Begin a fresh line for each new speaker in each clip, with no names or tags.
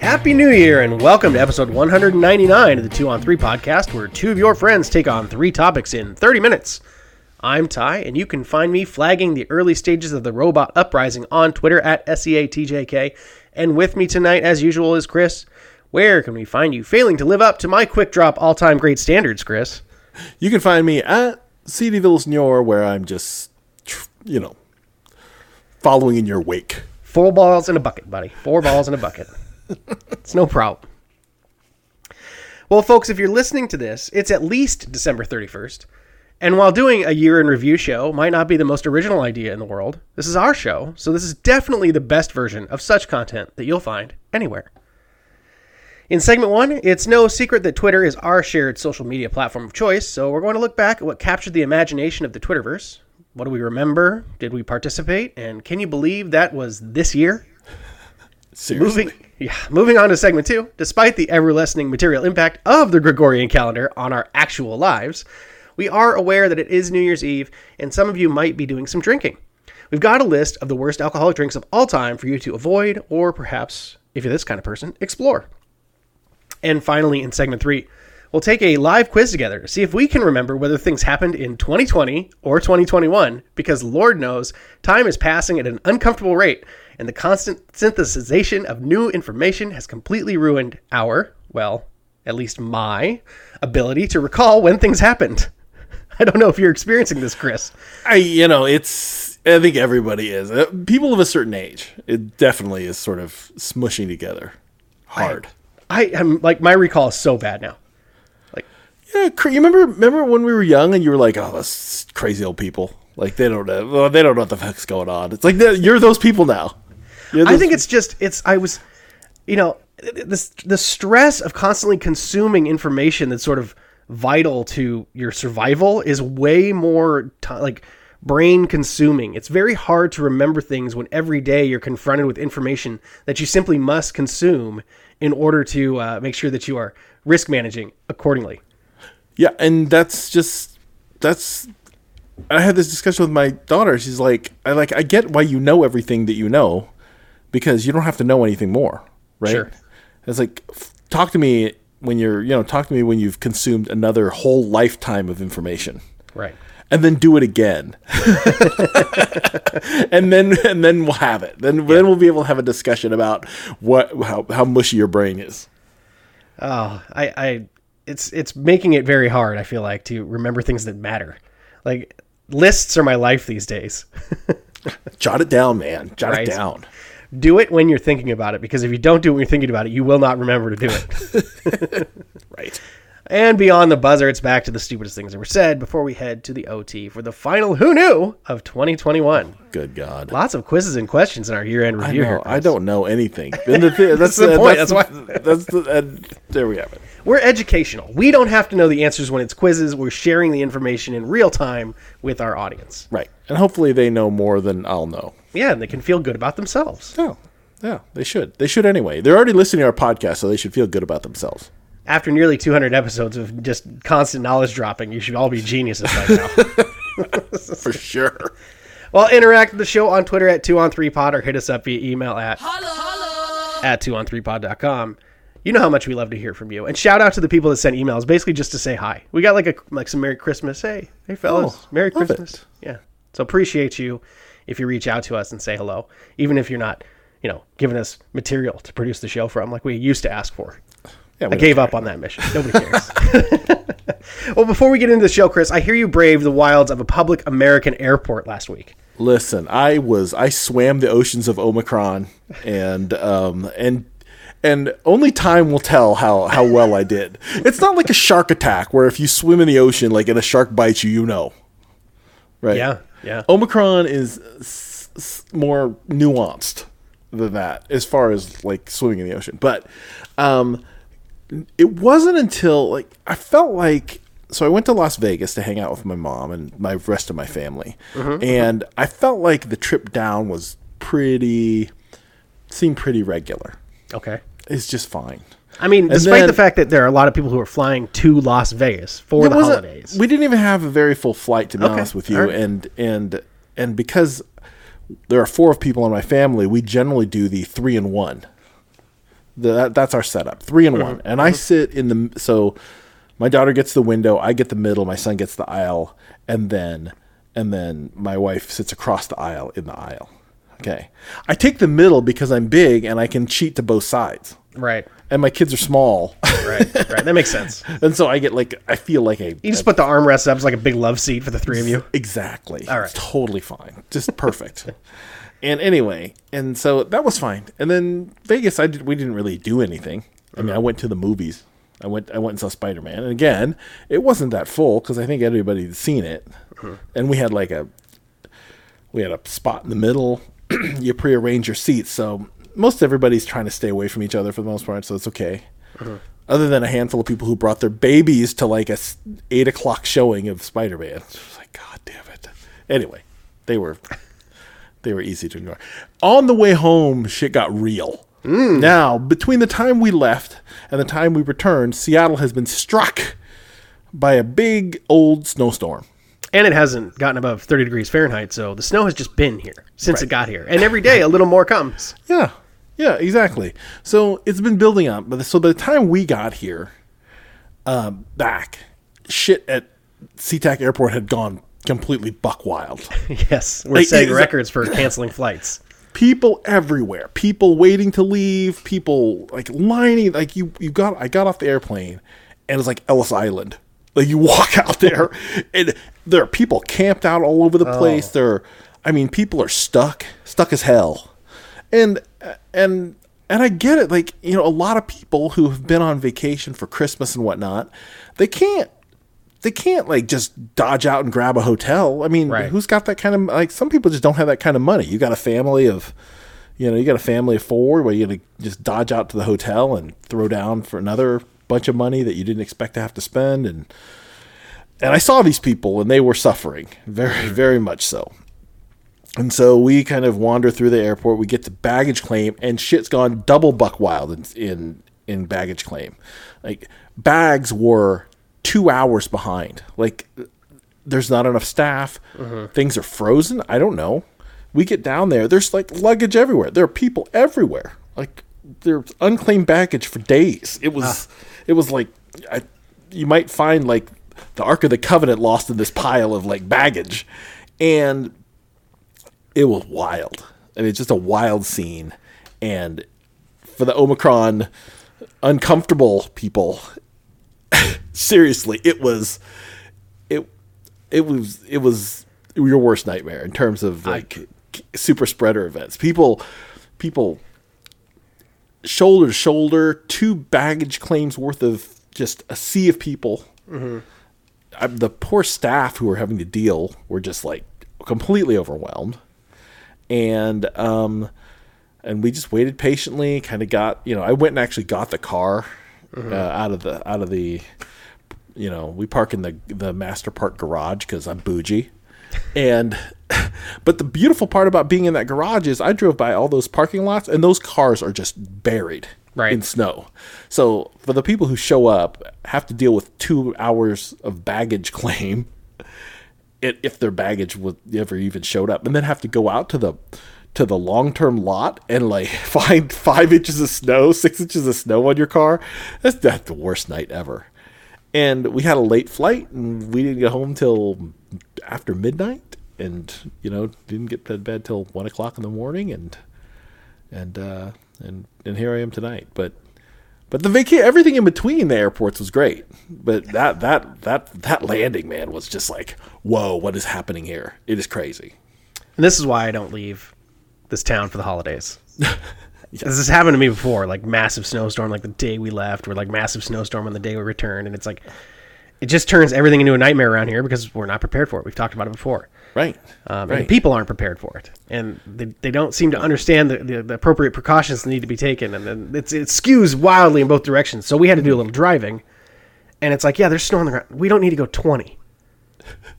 Happy New Year and welcome to episode 199 of the 2 on 3 podcast, where two of your friends take on three topics in 30 minutes. I'm Ty, and you can find me flagging the early stages of the robot uprising on Twitter at E SEATJK. And with me tonight, as usual, is Chris. Where can we find you failing to live up to my quick drop all time great standards, Chris?
You can find me at CD Villasenor, where I'm just, tr- you know, following in your wake.
Four balls in a bucket, buddy. Four balls in a bucket. it's no problem. Well, folks, if you're listening to this, it's at least December 31st. And while doing a year in review show might not be the most original idea in the world, this is our show, so this is definitely the best version of such content that you'll find anywhere. In segment one, it's no secret that Twitter is our shared social media platform of choice, so we're going to look back at what captured the imagination of the Twitterverse. What do we remember? Did we participate? And can you believe that was this year?
Seriously.
Moving, yeah, moving on to segment two. Despite the ever-lessening material impact of the Gregorian calendar on our actual lives, we are aware that it is New Year's Eve, and some of you might be doing some drinking. We've got a list of the worst alcoholic drinks of all time for you to avoid, or perhaps, if you're this kind of person, explore. And finally, in segment three, we'll take a live quiz together to see if we can remember whether things happened in 2020 or 2021, because Lord knows time is passing at an uncomfortable rate, and the constant synthesization of new information has completely ruined our, well, at least my, ability to recall when things happened. I don't know if you're experiencing this, Chris.
I, you know, it's. I think everybody is. Uh, People of a certain age, it definitely is sort of smushing together hard.
I am like, my recall is so bad now. Like,
yeah, cr- you remember remember when we were young and you were like, "Oh, those crazy old people. Like they don't know. Well, they don't know what the fuck's going on." It's like that- you're those people now. You're
I
those-
think it's just it's I was, you know, the the stress of constantly consuming information that's sort of vital to your survival is way more ti like brain consuming. It's very hard to remember things when every day you're confronted with information that you simply must consume in order to uh, make sure that you are risk managing accordingly.
Yeah, and that's just that's. I had this discussion with my daughter. She's like, I like, I get why you know everything that you know, because you don't have to know anything more, right?
Sure.
It's like, f- talk to me when you're, you know, talk to me when you've consumed another whole lifetime of information,
Right.
and then do it again, and then and then we'll have it. Then then we'll be able to have a discussion about what how how mushy your brain is.
Oh, I, I, it's it's making it very hard. I feel like to remember things that matter. Like lists are my life these days.
Jot it down, man. Jot
Right.
it down.
do it when you're thinking about it, because if you don't do it when you're thinking about it, you will not remember to do it.
Right.
and beyond the buzzer, it's back to the stupidest things that were said before we head to the OT for the final Who Knew of 2021.
Good God.
Lots of quizzes and questions in our year-end
I
review.
know,
here,
I
Chris.
don't know anything. And the thi- that's
the point, that's
the- that's the, and there we have it.
We're educational. We don't have to know the answers when it's quizzes. We're sharing the information in real time with our audience.
Right, and hopefully they know more than I'll know.
Yeah, and they can feel good about themselves.
No, yeah, they should. They should anyway. They're already listening to our podcast, so they should feel good about themselves.
after nearly 200 episodes of just constant knowledge dropping, you should all be geniuses by now.
For sure.
well, interact with the show on Twitter at 2on3pod or hit us up via email at at 2on3pod.com. You know how much we love to hear from you. And shout out to the people that sent emails, basically just to say hi. We got like a like some Merry Christmas. Hey, hey fellas,
Oh,
Merry
love
Christmas. Yeah. So appreciate you if you reach out to us and say hello, even if you're not, you know, giving us material to produce the show from like we used to ask for.
Yeah,
I gave up on that mission. Nobody cares. well, before we get into the show, Chris, I hear you braved the wilds of a public American airport last week.
Listen, I was I swam the oceans of Omicron, and um and. And only time will tell how, how well I did. It's not like a shark attack where if you swim in the ocean, like and a shark bites you, you know, right?
Yeah, yeah.
Oh. Omicron is s- s- more nuanced than that as far as like swimming in the ocean. But um, it wasn't until like I felt like so I went to Las Vegas to hang out with my mom and my rest of my family, and I felt like the trip down was pretty seemed pretty regular.
Okay.
It's just fine.
I mean, despite
then-
the fact that there are a lot of people who are flying to Las Vegas for the
It wasn't-
holidays.
We didn't even have a very full flight, to be honest with you.
all right.
And and and because there are four people in my family, we generally do the three and one. The, that, that's our setup, three and
Mm-hmm.
one. And I sit in the so my daughter gets the window, I get the middle, my son gets the aisle, and then and then my wife sits across the aisle in the aisle. Okay, I take the middle because I'm big and I can cheat to both sides,
Right.
and my kids are small,
Right. Right. That makes sense. You
and so I get like I feel like a
just put the armrests up as like a big love seat for the three of you.
Exactly.
All right.
It's totally fine. Just perfect. and anyway, and so that was fine. And then Vegas, I did, we didn't really do anything. I mean, I went to the movies. I went I went and saw Spider Man. And again, it wasn't that full because I think everybody had seen it.
Mm-hmm.
And we had like a we had a spot in the middle. you prearrange your seats, so most everybody's trying to stay away from each other for the most part, so it's okay. Other than a handful of people who brought their babies to like a s- eight o'clock showing of Spider Man, it's like God damn it. Anyway, they were they were easy to ignore. On the way home, shit got real. Now, between the time we left and the time we returned, Seattle has been struck by a big old snowstorm.
And it hasn't gotten above 30 degrees Fahrenheit, so the snow has just been here since it got here. And every day a little more comes.
Yeah, yeah, exactly. So it's been building up, but so by the time we got here, um, back shit at SeaTac Airport had gone completely buck wild.
yes. We're
Like,
setting
it's-
records for canceling flights.
people everywhere people waiting to leave people like lining like you you got i got off the airplane and it's like ellis island like you walk out there and there are people camped out all over the place there are, i mean people are stuck stuck as hell and and and i get it like you know a lot of people who have been on vacation for christmas and whatnot they can't they can't like just dodge out and grab a hotel. I mean,
Right.
who's got that kind of like? Some people just don't have that kind of money. You got a family of, you know, you got a family of four where you got to just dodge out to the hotel and throw down for another bunch of money that you didn't expect to have to spend. And and I saw these people and they were suffering very, very much so. And so we kind of wander through the airport. We get to baggage claim, and shit's gone double buck wild in in, in baggage claim. Like bags were two hours behind. Like there's not enough staff. Things are frozen. I don't know. We get down there. There's like luggage everywhere. There are people everywhere. Like there's unclaimed baggage for days. It was it was like I, you might find like the Ark of the Covenant lost in this pile of like baggage, and it was wild. I mean, it's just a wild scene. And for the Omicron uncomfortable people, seriously, it was it it was it was your worst nightmare in terms of like super spreader events. People people shoulder to shoulder, two baggage claims worth of just a sea of people. I, the poor staff who were having to deal were just like completely overwhelmed, and um, and we just waited patiently. Kind of got you know I went and actually got the car uh, out of the out of the you know we park in the the master park garage because I'm bougie. And but the beautiful part about being in that garage is I drove by all those parking lots and those cars are just buried
Right.
in snow. So for the people who show up, have to deal with two hours of baggage claim, it, if their baggage would ever even showed up, and then have to go out to the to the long term lot and like find five inches of snow, six inches of snow on your car. That's that's the worst night ever. And we had a late flight, and we didn't get home till after midnight, and you know didn't get to bed till one o'clock in the morning, and and uh, and and here I am tonight. But but the vaca- everything in between the airports was great. But that that that that landing man was just like, whoa, what is happening here? It is crazy.
And this is why I don't leave this town for the holidays. This has happened to me before, like massive snowstorm, like the day we left, or like massive snowstorm on the day we returned, and it's like it just turns everything into a nightmare around here because we're not prepared for it. We've talked about it before,
Right.
um, and
right.
people aren't prepared for it, and they, they don't seem to understand the, the, the appropriate precautions that need to be taken, and then it's, it skews wildly in both directions. So we had to do a little driving, and it's like, yeah, there's snow on the ground. We don't need to go 20.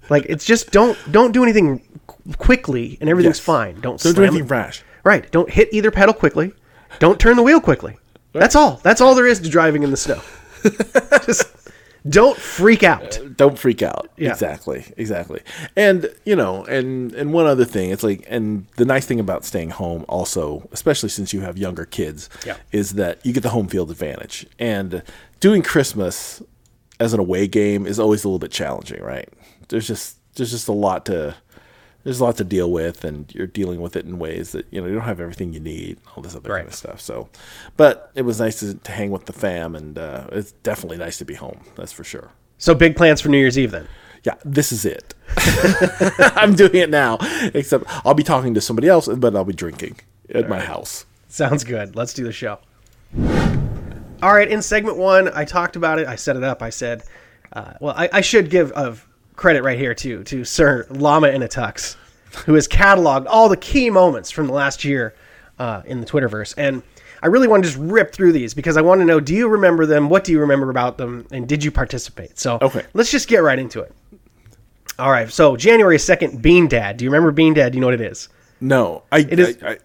Like it's just don't don't do anything qu- quickly, and everything's
Yes.
fine. Don't
Don't do
slam-
anything rash.
Right. Don't hit either pedal quickly. Don't turn the wheel quickly. That's all. That's all there is to driving in the snow. Just Don't freak out.
don't freak out
Yeah.
exactly exactly and you know and and one other thing it's like and the nice thing about staying home also especially since you have younger kids
Yeah.
is that you get the home field advantage and doing christmas as an away game is always a little bit challenging right there's just there's just a lot to there's a lot to deal with and you're dealing with it in ways that you know you don't have everything you need all this other
Right.
kind of stuff so but it was nice to, to hang with the fam and uh, it's definitely nice to be home that's for sure
So big plans for New Year's Eve then.
yeah, this is it. I'm doing it now. Except I'll be talking to somebody else, but I'll be drinking at my house.
Sounds good. Let's do the show. All right, in segment one, I talked about it. I set it up. I said, uh, well, I, I should give of credit right here to to Sir Llama in a Tux, who has cataloged all the key moments from the last year uh, in the Twitterverse. And I really want to just rip through these because I want to know: Do you remember them? What do you remember about them? And did you participate? So,
Okay.
let's just get right into it. All right. So, January second, Bean Dad. Do you remember Bean Dad? Do you know what it is?
No, I. It
is-
is. I, I-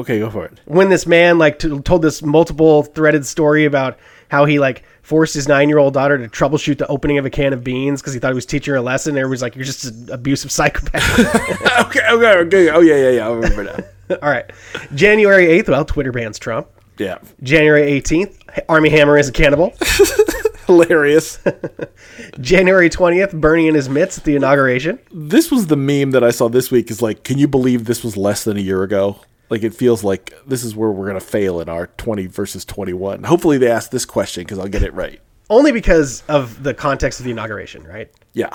okay, go for it.
when this man like t- told this multiple threaded story about how he like forced his nine-year-old daughter to troubleshoot the opening of a can of beans because he thought he was teaching her a lesson. Everybody's like, "You're just an abusive psychopath."
okay, okay, okay. Oh yeah, yeah, yeah. I remember now.
All right, January eighth. Well, Twitter bans Trump.
yeah,
January eighteenth. Army Hammer is a cannibal.
hilarious.
January twentieth. Bernie in his mitts at the inauguration.
this was the meme that I saw this week. Is like, can you believe this was less than a year ago? Like, it feels like this is where we're gonna fail in our twenty versus twenty-one. Hopefully, they ask this question because I'll get it right.
Only because of the context of the inauguration, right?
Yeah.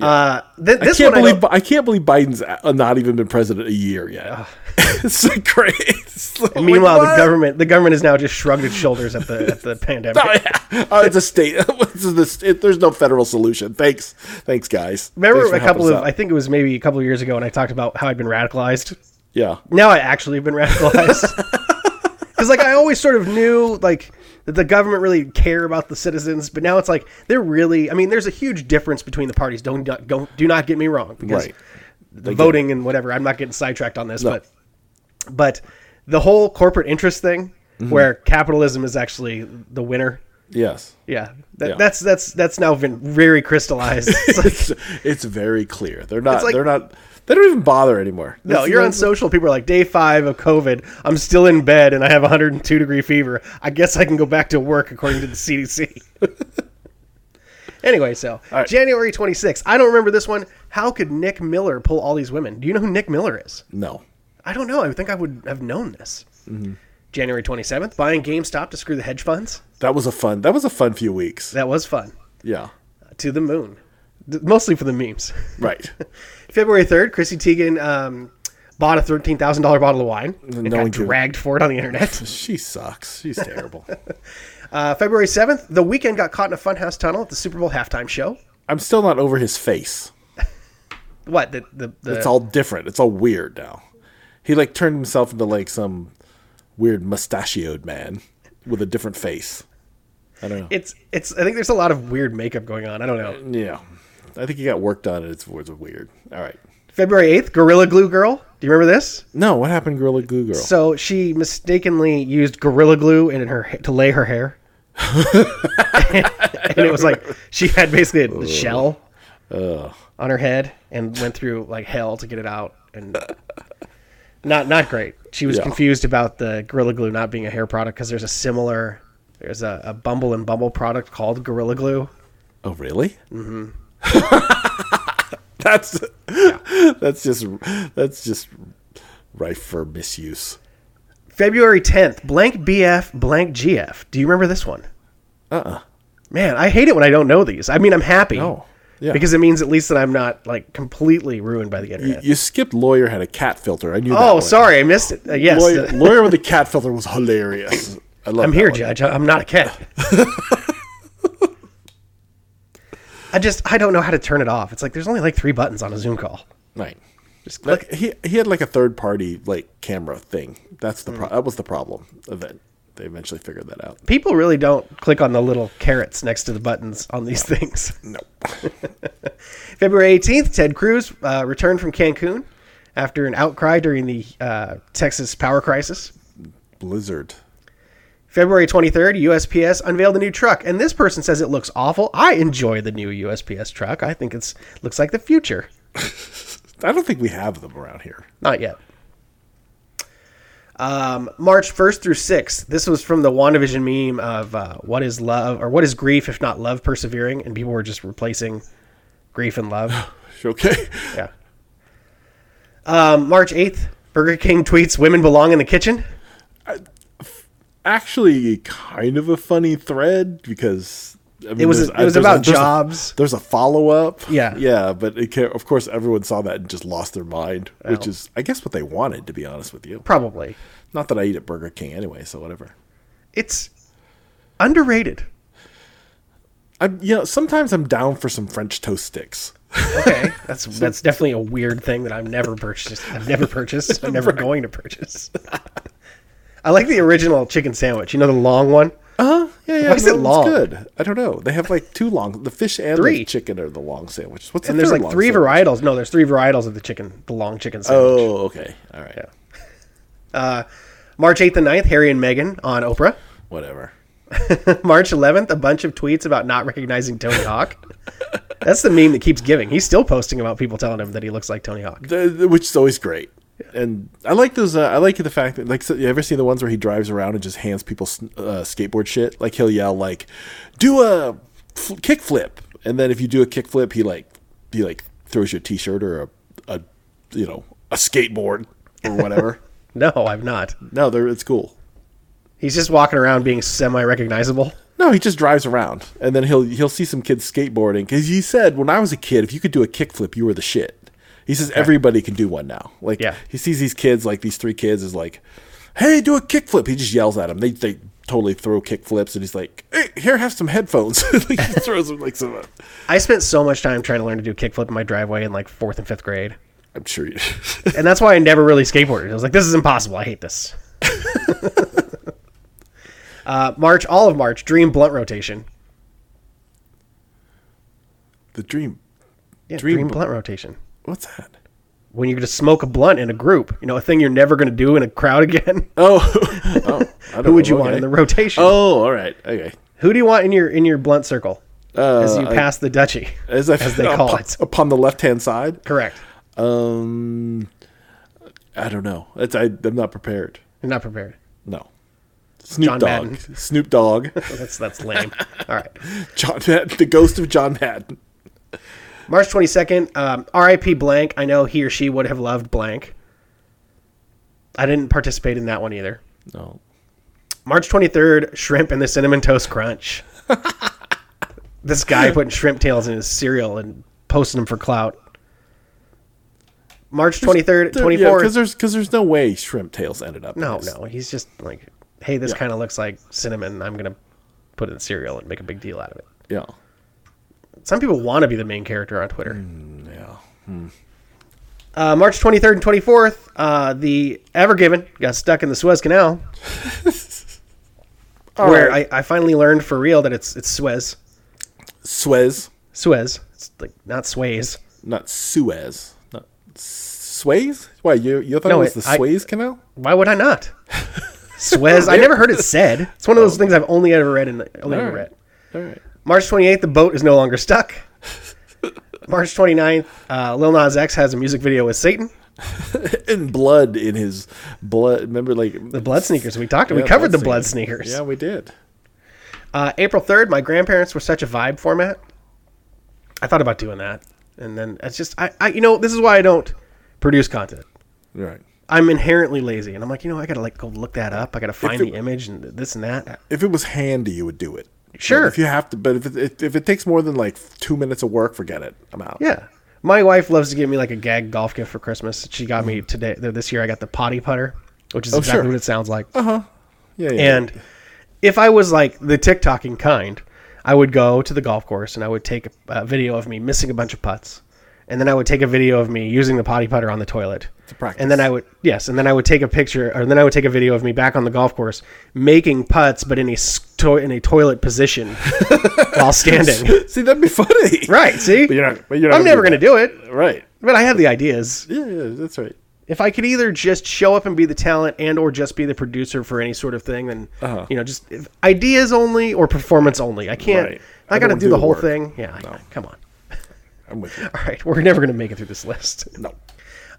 Uh, th- this
can't
one I
believe
don't-
I, can't believe Biden's uh, not even been president a year yet. it's like great. It's like,
Meanwhile,
what?
the government the government has now just shrugged its shoulders at the at the pandemic.
Oh, yeah. Oh, it's a state. This is the state- There's no federal solution. Thanks, thanks, guys. Thanks
Remember
for
a couple
helping
of
us
I
out.
think it was maybe a couple of years ago when I talked about how I'd been radicalized.
yeah,
Now I actually have been radicalized. Cuz like I always sort of knew like that the government really care about the citizens, but now it's like they're really I mean there's a huge difference between the parties. Don't don't do not get me wrong because
Right.
the voting and whatever. I'm not getting sidetracked on this, but but the whole corporate interest thing
Mm-hmm.
where capitalism is actually the winner.
yes.
Yeah. That,
Yeah.
That's that's that's now been very crystallized. It's like-
It's, it's very clear. They're not.
like-
they're not. They don't even bother anymore.
No, you're on social. People are like, day five of COVID. I'm still in bed and I have 102 degree fever. I guess I can go back to work according to the CDC. anyway, so
right.
January 26th. I don't remember this one. How could Nick Miller pull all these women? Do you know who Nick Miller is?
No.
I don't know. I think I would have known this. January 27th. Buying GameStop to screw the hedge funds.
That was a fun. That was a fun few weeks.
That was fun.
Yeah.
To the moon. D- Mostly for the memes.
Right.
February 3rd, Chrissy Teigen um, bought a $13,000 bottle of wine and
No
got
one cared.
dragged for it on the internet.
she sucks. She's terrible.
Uh, February 7th, The weekend got caught in a funhouse tunnel at the Super Bowl halftime show.
I'm still not over his face.
What? The, the, the,
It's all different. It's all weird now. He like turned himself into like some weird mustachioed man with a different face. I don't know.
it's, it's, I think there's a lot of weird makeup going on. I don't know.
yeah, I think he got work done, and it's, it's weird. All right.
February 8th, Gorilla Glue Girl. Do you remember this?
No, what happened, to Gorilla Glue Girl?
So she mistakenly used Gorilla Glue in her ha- to lay her hair. and it was like she had basically a shell on her head and went through like hell to get it out and not not great. She was
Yeah.
confused about the Gorilla Glue not being a hair product because there's a similar there's a, a Bumble and Bumble product called Gorilla Glue.
oh, really? Mm-hmm. that's that's just that's just rife for misuse.
February 10th, blank BF, blank GF. Do you remember this one? Uh uh
Uh-uh.
Man, I hate it when I don't know these. I mean, I'm happy.
Oh, yeah.
Because it means at least that I'm not like completely ruined by the
You,
internet.
you skipped lawyer had a cat filter. I knew. that
oh,
one.
sorry. I missed it. Uh, yes.
Lawyer, lawyer with a cat filter was hilarious. I love.
I'm
that
here,
one.
Judge. I- I'm not a cat. I just, I don't know how to turn it off. It's like there's only like three buttons on a Zoom call.
Right.
Just click.
Like he he had like a third party like camera thing. That's the pro- that was the problem. of it. they eventually figured that out.
People really don't click on the little carrots next to the buttons on these things.
No.
February 18th, Ted Cruz uh, returned from Cancun after an outcry during the uh, Texas power crisis.
Blizzard.
February 23rd, USPS unveiled a new truck, and this person says it looks awful. I enjoy the new USPS truck. I think it's looks like the future.
I don't think we have them around here.
Not yet. Um, March 1st through 6th. This was from the WandaVision meme of uh, what is love or what is grief if not love persevering, and people were just replacing grief and love.
Okay.
Yeah. Um, March 8th, Burger King tweets women belong in the kitchen.
Actually, kind of a funny thread because I mean,
It was-
there's-
it was
there's
about
there's
jobs.
A, there's a follow up.
Yeah.
Yeah, but it can, of course everyone saw that and just lost their mind, which
Well.
is I guess what they wanted to be honest with you.
Probably.
Not that I eat at Burger King anyway, so whatever.
It's underrated.
I you know, sometimes I'm down for some French toast sticks.
Okay, that's that's definitely a weird thing that I've never purchased. I've never purchased. I'm never going to purchase. I like the original chicken sandwich. You know the long one.
Uh huh. Yeah, yeah.
Why is it
it's
long?
good. I don't know. They have like two long. The fish and
Three.
the chicken are the long sandwiches. What's
And
the
there's
third
like
long
three
sandwich?
varietals. No, there's three varietals of the chicken, the long chicken sandwich.
Oh, okay. All right.
Uh, March 8th and 9th, Harry and Meghan on Oprah.
Whatever.
March 11th, a bunch of tweets about not recognizing Tony Hawk. That's the meme that keeps giving. He's still posting about people telling him that he looks like Tony Hawk.
Th- th- which is always great. And I like those. Uh, I like the fact that like so, you ever seen the ones where he drives around and just hands people s- uh, skateboard shit. Like he'll yell like, "Do a fl- kickflip," and then if you do a kickflip, he like he like throws you a t-shirt or a, a you know a skateboard or whatever.
No, I'm not.
no, they're, it's cool.
He's just walking around being semi recognizable.
No, he just drives around, and then he'll he'll see some kids skateboarding because he said when I was a kid, if you could do a kickflip, you were the shit. He says everybody can do one now. Like
Yeah.
he sees these kids, like these three kids, is like, "Hey, do a kickflip!" He just yells at them. They they totally throw kickflips, and he's like, "Hey, here, have some headphones." like, he throws them like some. uh,
I spent so much time trying to learn to do a kickflip in my driveway in like fourth and fifth grade.
I'm sure you.
And that's why I never really skateboarded. I was like, this is impossible. I hate this. uh, March, all of March, dream blunt rotation.
the dream.
Yeah,
Dream
dream,
bl-
blunt rotation.
What's that?
When you're going to smoke a blunt in a group, you know, a thing you're never going to do in a crowd again.
Oh, oh I don't
Who would
know.
you want
Okay.
in the rotation?
Oh, all right, okay.
Who do you want in your in your blunt circle as you
Uh, I-
pass the duchy?
As, I,
As they call it.
upon the left hand side.
Correct.
Um, I don't know. It's, I, I'm not prepared.
You're not prepared.
No. Snoop
John
Dogg.
Madden.
Snoop Dogg.
That's that's lame. All right.
John Madden. The ghost of John Madden.
March 22nd, um, RIP blank. I know he or she would have loved blank. I didn't participate in that one either.
No.
March 23rd, shrimp and the cinnamon toast crunch. this guy putting shrimp tails in his cereal and posting them for clout. March 23rd,
Because
24th.
there's, cause there's no way Shrimp Tails ended up. in
no,
this.
no. He's just like, hey, this kind of looks like cinnamon. I'm going to put it in cereal and make a big deal out of it.
Yeah.
Some people want to be the main character on Twitter.
Mm, Yeah. Hmm.
Uh, March 23rd and 24th, uh, the Ever Given got stuck in the Suez Canal, where
right.
I, I finally learned for real that it's it's Suez,
Suez.
Suez. It's like not Sways.
Not Suez. Not Suez? Why? You, you thought
No,
it was
it-
the
I-
Suez Canal?
Why would I not? Suez. I never heard it said. It's one of those things I've only ever read and only ever
Oh. All right.
read.
All right.
March 28th, the boat is no longer stuck. March 29th, uh, Lil Nas X has a music video with Satan.
And blood in his blood. Remember, like.
The blood sneakers we talked. we covered the blood sneakers.
Yeah, we did.
Uh, April 3rd, my grandparents were such a vibe format. I thought about doing that. And then it's just, I, I you know, this is why I don't produce content.
All right.
I'm inherently lazy. And I'm like, you know, I got to like go look that up. I got to find
it-
the image and this and that.
if it was handy, you would do it.
Sure.
But if you have to, but if it, if, if it takes more than like two minutes of work, forget it. I'm out.
Yeah. My wife loves to give me like a gag golf gift for Christmas. She got me today, this year, I got the potty putter, which is exactly
sure.
what it sounds like.
Yeah. yeah.
And if I was like the TikToking kind, I would go to the golf course and I would take a, a video of me missing a bunch of putts. And then I would take a video of me using the potty putter on the toilet. To
practice.
And then I would, yes, and then I would take a picture, or then I would take a video of me back on the golf course making putts, but in a, s- to- in a toilet position while standing.
see, that'd be funny.
Right, see?
But you're not- but you're not
I'm
gonna
never
do
going to do it,
Right.
but I have the ideas.
Yeah. Yeah. That's right.
If I could either just show up and be the talent and or just be the producer for any sort of thing, then
Uh-huh.
you know, just if, ideas only or performance only. I can't.
Right.
I,
I
got to
don't
do,
do
the
the
whole
work.
thing. Yeah,
No.
come on.
I'm with you.
All right, we're never going to make it through this list.
No.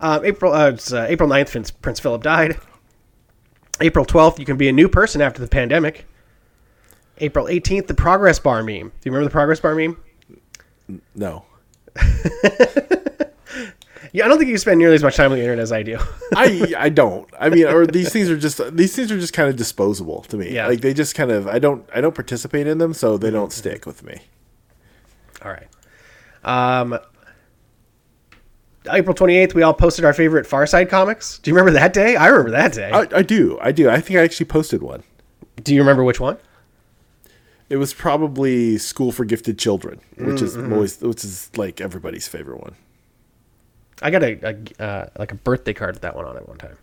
Uh, April uh, it's, uh, April 9th, Prince, Prince Philip died. April 12th, you can be a new person after the pandemic. April 18th, the progress bar meme. Do you remember the progress bar meme?
No.
Yeah, I don't think you spend nearly as much time on the internet as I do.
I I don't. I mean, or these things are just these things are just kind of disposable to me.
Yeah.
Like they just kind of I don't I don't participate in them, so they don't stick with me.
all right. Um, April 28th, we all posted our favorite Far Side comics. Do you remember that day? I remember that day.
I, I do. I do. I think I actually posted one.
do you remember which one?
It was probably School for Gifted Children, which is
Mm-hmm.
always which is like everybody's favorite one.
I got a, a uh, like a birthday card with that one on it one time.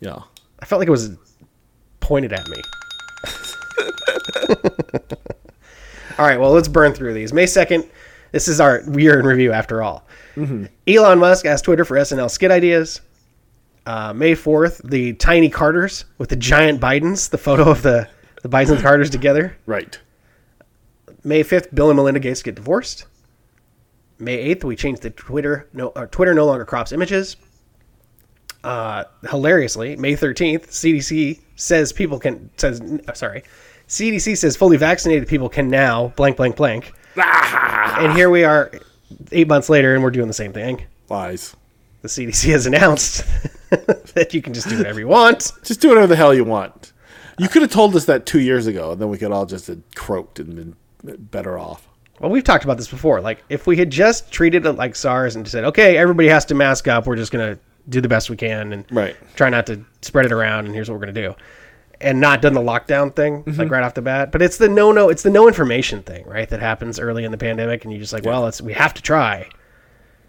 Yeah.
I felt like it was pointed at me. all right, well, let's burn through these. May 2nd, this is our year in review after all. Mm-hmm. Elon Musk asked Twitter for SNL skit ideas. Uh, May 4th, the tiny Carters with the giant Bidens, the photo of the, the Bidens and Carters together.
Right.
May 5th, Bill and Melinda Gates get divorced. May 8th, we changed the Twitter no or Twitter no longer crops images. Uh, hilariously, May 13th, CDC says people can says uh, sorry. CDC says fully vaccinated people can now blank blank blank. And here we are 8 months later and we're doing the same thing.
Lies.
The CDC has announced that you can just do whatever you want.
Just do whatever the hell you want. You could have told us that two years ago, and then we could all just have croaked and been better off.
Well, we've talked about this before. Like, if we had just treated it like SARS and said, okay, everybody has to mask up, we're just going to do the best we can and
Right.
try not to spread it around, and here's what we're going to do, and not done the lockdown thing,
Mm-hmm.
like right off the bat. But it's the no, no, it's the no information thing, right? That happens early in the pandemic, and you're just like, well, it's, we have to try.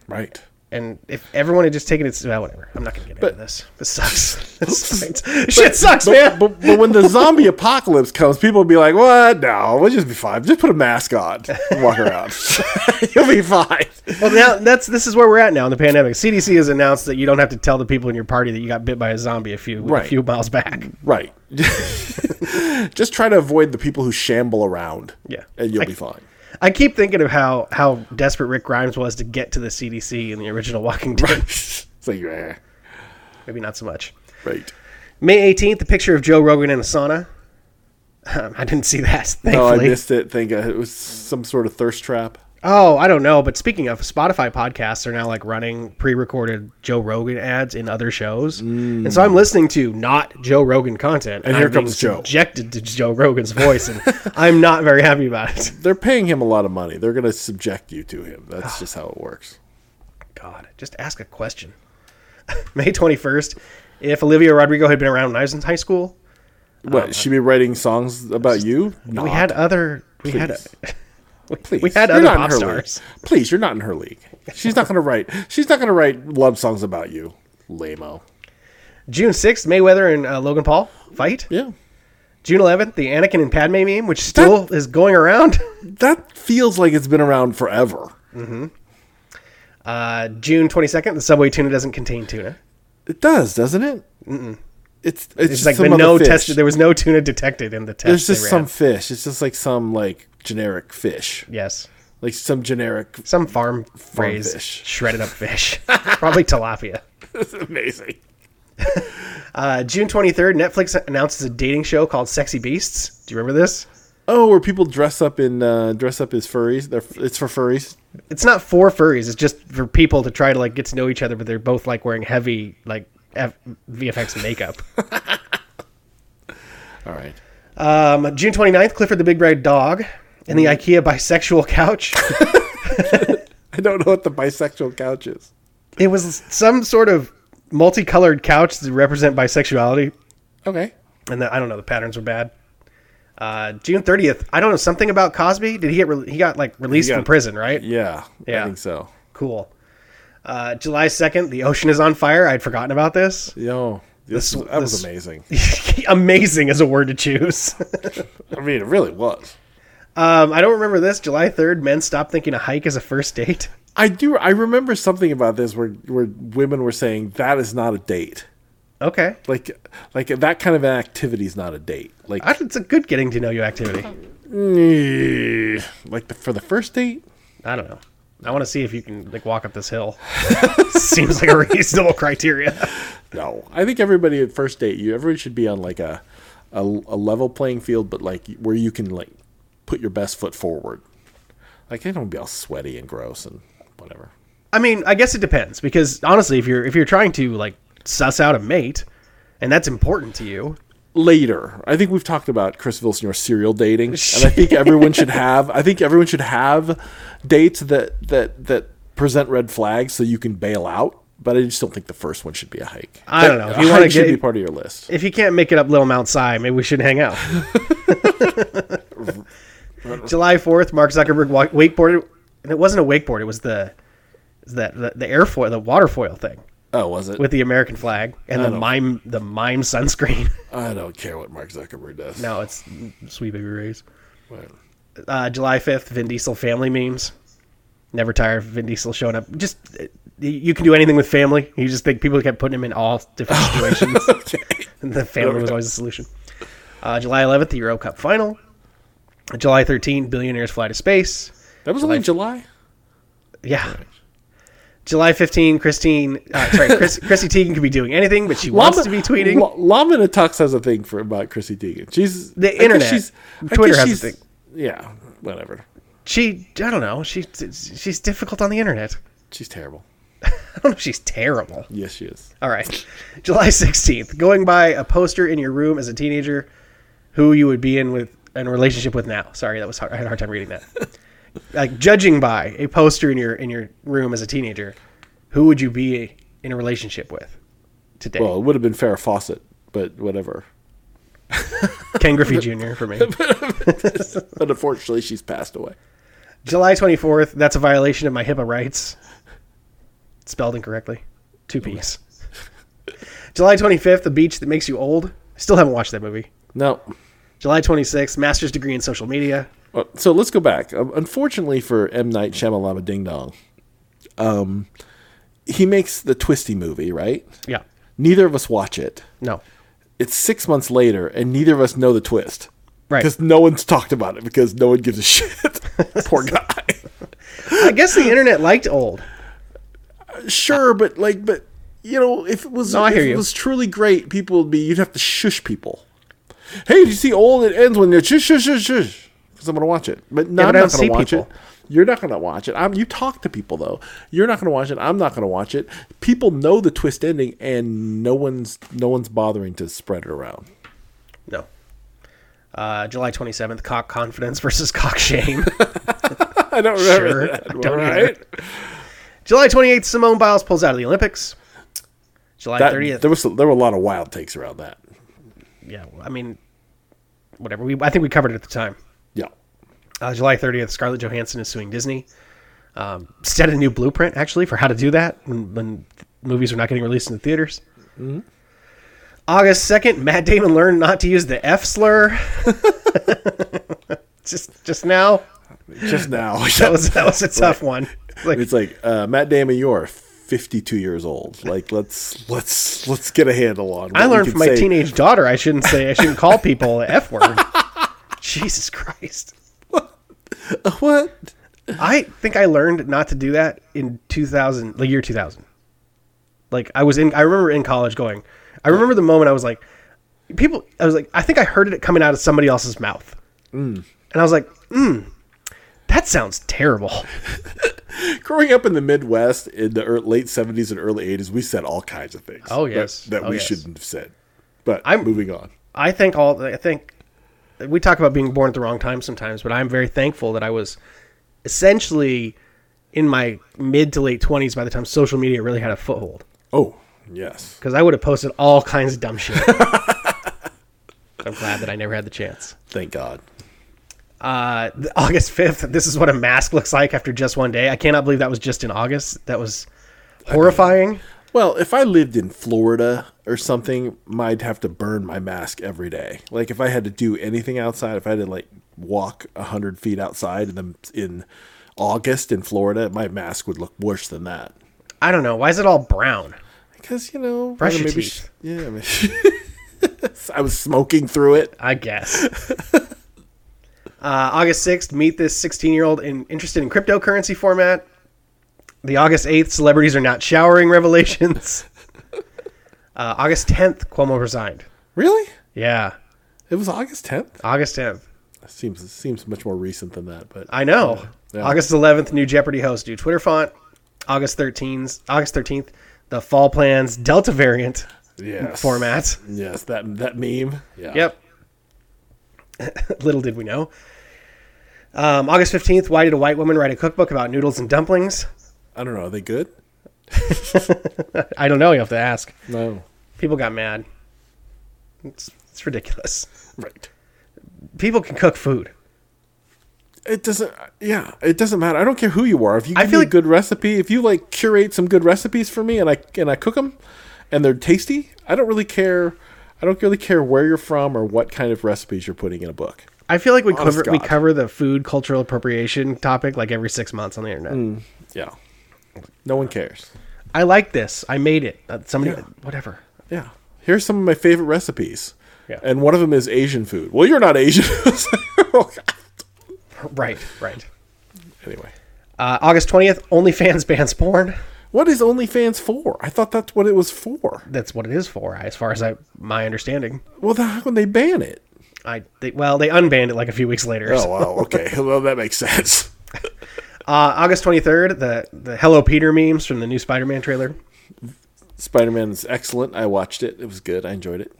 Right.
And if everyone had just taken it, well, whatever. I'm not going to get into this. This sucks. this sucks. Shit sucks, man.
But, but, but when the zombie apocalypse comes, people will be like, "What? No, we'll just be fine. Just put a mask on, and walk around. You'll be fine."
well, now that's this is where we're at now in the pandemic. CDC has announced that you don't have to tell the people in your party that you got bit by a zombie a few a
Right. Mm-hmm.
few miles back.
Right. just try to avoid the people who shamble around.
Yeah.
and you'll
I-
be fine.
I keep thinking of how how desperate Rick Grimes was to get to the CDC in the original Walking Dead.
it's like, eh,
Maybe not so much.
right.
May 18th, the picture of Joe Rogan in a sauna. Um, I didn't see that,
No, Oh, I
thankfully.
missed it. Think uh, it was some sort of thirst trap.
oh, I don't know. But speaking of Spotify podcasts, are now like running pre-recorded Joe Rogan ads in other shows, and so I'm listening to not Joe Rogan content, and
Mm. here
I'm being
comes Joe.
subjected to Joe Rogan's voice, and I'm not very happy about it.
They're paying him a lot of money. They're going to subject you to him. That's just how it works.
God, just ask a question. May 21st, if Olivia Rodrigo had been around when I was in high school,
What? she be writing songs about you? No,
Uh, we had other we had
Please.
we,
please.
we had
You're
other
not in
pop
her
stars.
League. Please, you're not in her league. She's not going to write. She's not going to write love songs about you, lameo.
June 6th, Mayweather and uh, Logan Paul fight.
Yeah,
June 11th, the Anakin and Padme meme, which still is going around.
that feels like it's been around forever.
Uh, June 22nd, the Subway tuna doesn't contain tuna.
It does, doesn't it? Mm-mm. It's it's,
It's
just
like
some
been
other
no
fish.
tested. There was no tuna detected in the test.
There's
they
just
ran.
some fish. It's just like some like generic fish,
yes,
like some generic.
some farm, phrase
fish.
shredded up fish, probably tilapia.
It's amazing.
Uh, June 23rd, Netflix announces a dating show called Sexy Beasts. Do you remember this?
Oh, where people dress up in uh, dress up as furries. They're, it's for furries.
It's not for furries. It's just for people to try to like get to know each other, but they're both like wearing heavy like F- VFX makeup.
All right.
um, June 29th, Clifford the Big Red Dog and
Mm.
the IKEA bisexual couch.
I don't know what the bisexual couch is.
it was some sort of multicolored couch to represent bisexuality,
Okay.
and the, I don't know. The patterns were bad. Uh, June 30th, I don't know something about Cosby. Did he get re- he got like released
got-
from prison, right?
Yeah.
Yeah.
I think so.
Cool. Uh, July 2nd, The Ocean is on Fire. I'd forgotten about this.
Yo, this,
This-
that
this-
was amazing.
Amazing is a word to choose.
I mean, it really was.
um, I don't remember this. July 3rd, men stop thinking a hike is a first date.
I do. I remember something about this where where women were saying that is not a date.
Okay.
Like like that kind of an activity is not a date. Like
I- It's a good getting to know you activity.
eh, like the, for the first date.
I don't know. I want to see if you can like walk up this hill. Seems like a reasonable criteria.
No, I think everybody at first date you everybody should be on like a a, a level playing field, but like where you can like put your best foot forward. Like I don't be all sweaty and gross and whatever.
I mean, I guess it depends because honestly, if you're if you're trying to like suss out a mate, and that's important to you,
later. I think we've talked about Chris Vilsner serial dating, and I think everyone should have. I think everyone should have dates that that that present red flags so you can bail out. But I just don't think the first one should be a hike.
I don't know. If
A
you wanna
hike should
get-
be part of your list.
if you can't make it up Little Mount Si, maybe we should hang out. July fourth, Mark Zuckerberg wa- wakeboarded, and it wasn't a wakeboard. It was the it was that the, the airfoil, the waterfoil thing
Oh, was it?
with the American flag and the mime, the mime sunscreen.
I don't care what Mark Zuckerberg does.
no, it's sweet baby rays.
But-
Uh, July fifth, Vin Diesel family memes. Never tired of Vin Diesel showing up. Just uh, you can do anything with family. You just think people kept putting him in all different situations.
okay.
And the family was always the solution. Uh, July 11th, the Euro Cup final. July 13th, billionaires fly to space.
That was only in July.
Yeah. July 15th, Christine, uh, sorry, Chris, Chrissy Teigen could be doing anything, but she wants to be tweeting.
L- Lama Natux has a thing for about Chrissy Teigen. She's
The
I guess
internet.
I
Twitter
guess
has a
she's-
thing.
Yeah, whatever.
She, I don't know, she, she's difficult on the internet.
She's terrible.
I don't know if she's terrible.
Yes, she is.
All right. July 16th, going by a poster in your room as a teenager who you would be in with in a relationship with now. Sorry, that was hard. I had a hard time reading that. like judging by a poster in your in your room as a teenager, who would you be in a relationship with today?
Well, it would have been Farrah Fawcett, but whatever.
Ken Griffey Jr. for me.
but unfortunately, she's passed away.
July 24th, that's a violation of my HIPAA rights. Spelled incorrectly. Two P's. July 25th, The Beach That Makes You Old. Still haven't watched that movie.
No.
July 26th, master's degree in social media.
Well, Uh, So let's go back. Um, unfortunately for M Night Shyamalama Ding Dong, um, he makes the Twisty movie, right?
Yeah.
Neither of us watch it.
No.
It's six months later, and neither of us know the twist,
Right.
Because no one's talked about it because no one gives a shit. Poor guy.
I guess the internet liked old.
sure, but like, but you know, if it was
No, I
if
hear
it
you.
was truly great, people would be. You'd have to shush people. Hey, did you see old? It ends when you're shush shush shush shush. Because I'm gonna watch it, but no,
Yeah, but I
I'm
don't
not gonna
see
watch
people.
it. You're not gonna watch it. I'm. You talk to people though. You're not gonna watch it. I'm not gonna watch it. People know the twist ending, and no one's no one's bothering to spread it around.
No. Uh, July 27th, cock confidence versus cock shame.
I don't remember.
Sure.
that.
I don't
All
either. July 28th, Simone Biles pulls out of the Olympics. July
That-
30th.
there was there were a lot of wild takes around that.
yeah, well, I mean, whatever. We, I think we covered it at the time.
Yeah.
Uh, July 30th, Scarlett Johansson is suing Disney. Um, set a new blueprint, actually, for how to do that when, when movies are not getting released in the theaters.
Mm-hmm.
August 2nd, Matt Damon learned not to use the F slur. just just now.
Just now.
That was, that was a tough one. Like,
it's like uh, Matt Damon, you're 52 years old. Like let's let's let's get a handle on. what
I
we
learned
can
from my
say.
teenage daughter I shouldn't say, I shouldn't call people the F word. Jesus Christ.
What?
I think I learned not to do that in 2000, the year 2000. Like I was in, I remember in college going, I remember the moment I was like, people, I was like, I think I heard it coming out of somebody else's mouth. And I was like, mm, that sounds terrible.
Growing up in the Midwest in the ear late 70s and early 80s, we said all kinds of things.
Oh,
that-
yes.
that,
Oh,
we
yes.
shouldn't have said. But
I'm-
I'm moving on.
I think all, I think we talk about being born at the wrong time sometimes, but I'm very thankful that I was essentially in my mid to late 20s by the time social media really had a foothold.
Oh yes.
because I would have posted all kinds of dumb shit. I'm glad that I never had the chance.
Thank God.
Uh, th- August 5th, this is what a mask looks like after just one day. I cannot believe that was just in August. That was horrifying.
Well, if I lived in Florida or something, I'd have to burn my mask every day. Like if I had to do anything outside, if I had to like walk hundred feet outside in the in August in Florida, my mask would look worse than that.
I don't know. Why is it all brown?
Because you know,
Brush
I don't know,
your
maybe
teeth.
sh- yeah, maybe- I was smoking through it.
I guess. uh, August 6th, meet this 16 year old in, interested in cryptocurrency format. The August 8th, celebrities are not showering revelations. Uh, August 10th, Cuomo resigned.
Really?
Yeah,
It was August 10th.
August 10th.
Seems seems much more recent than that, but
I know.
Yeah.
August 11th, new Jeopardy host, new Twitter font. August 13th, August 13th, the fall plans Delta variant
yes.
format.
Yes, that that meme. Yeah.
Yep. Little did we know. Um, August 15th, why did a white woman write a cookbook about noodles and dumplings?
I don't know. Are they good?
I don't know. You have to ask.
No.
People got mad. It's, it's ridiculous.
Right.
People can cook food.
It doesn't. Yeah, it doesn't matter. I don't care who you are. If you
I
give
feel
me
like-
a good recipe, if you like curate some good recipes for me, and I and I cook them, and they're tasty, I don't really care. I don't really care where you're from or what kind of recipes you're putting in a book.
I feel like we
Honest
cover we
God.
cover the food cultural appropriation topic like every six months on the internet.
Hmm. Yeah. No one cares.
I like this. I made it. Uh, somebody, whatever.
Yeah. Here's some of my favorite recipes.
Yeah.
And one of them is Asian food. Well, you're not Asian. oh,
Right, right.
anyway.
Uh, August twentieth, OnlyFans bans porn.
What is OnlyFans for? I thought that's what it was for.
That's what it is for, as far as I my understanding.
Well, then how can they ban it?
I they, well, they unbanned it like a few weeks later. so-
Oh, wow. Okay. well, that makes sense.
Uh, August twenty third, the the Hello Peter memes from the new Spider Man trailer.
Spider Man's excellent. I watched it. It was good. I enjoyed it.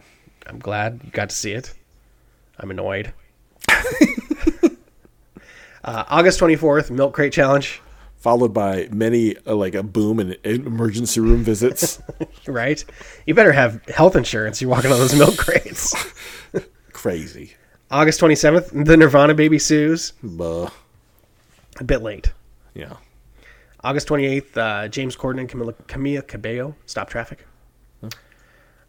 I'm glad you got to see it. I'm annoyed. uh, August 24th, Milk Crate Challenge,
Followed by many, uh, like a boom in in emergency room visits.
right? You better have health insurance. You're walking on those milk crates.
Crazy.
August 27th, the Nirvana Baby Sues.
Buh.
A bit late.
Yeah.
August 28th, uh, James Corden and Camila, Camilla Cabello stop traffic.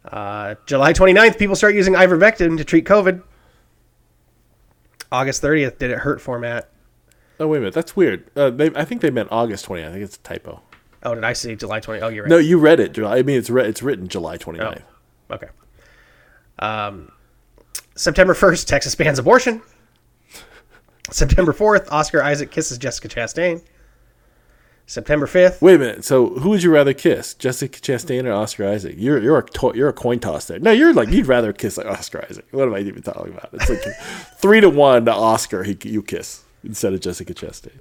Uh, July 29th, people start using ivermectin to treat COVID. August 30th, did it hurt format?
Oh, wait a minute. That's weird. Uh, they, I think they meant August 20. I think it's a typo.
Oh, did I see July 20th? Oh, you're right.
No, you read it. July. I mean, it's re- it's written July 29th.
Oh, okay. Um, September 1st, Texas bans abortion. September 4th, Oscar Isaac kisses Jessica Chastain. September 5th,
Wait a minute. So, who would you rather kiss, Jessica Chastain or Oscar Isaac? You're you're a to- you're a coin toss there. No, you're like you'd rather kiss Oscar Isaac. What am I even talking about? It's like three to one to Oscar. He, you kiss instead of Jessica Chastain.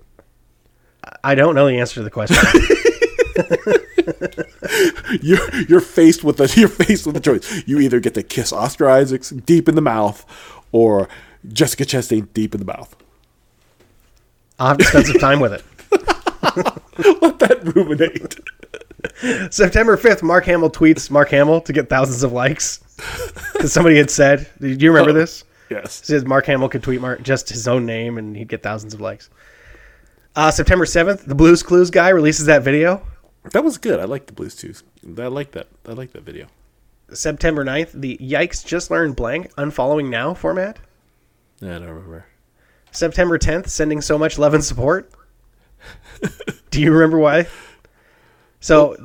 I don't know the answer to the question.
You're you're faced with a you're faced with a choice. You either get to kiss Oscar Isaac's deep in the mouth, or Jessica Chastain deep in the mouth.
I'll have to spend some time with it.
Let that ruminate.
September 5th, Mark Hamill tweets Mark Hamill to get thousands of likes. Because somebody had said, do you remember this?
Yes.
Says Mark Hamill could tweet Mark just his own name and he'd get thousands of likes. Uh, September 7th, the Blues Clues guy releases that video.
That was good. I like the blues too. I like that. I like that video.
September 9th, the Yikes Just Learned Blank Unfollowing Now format.
Yeah, I don't remember.
September 10th, sending so much love and support. Do you remember why? So,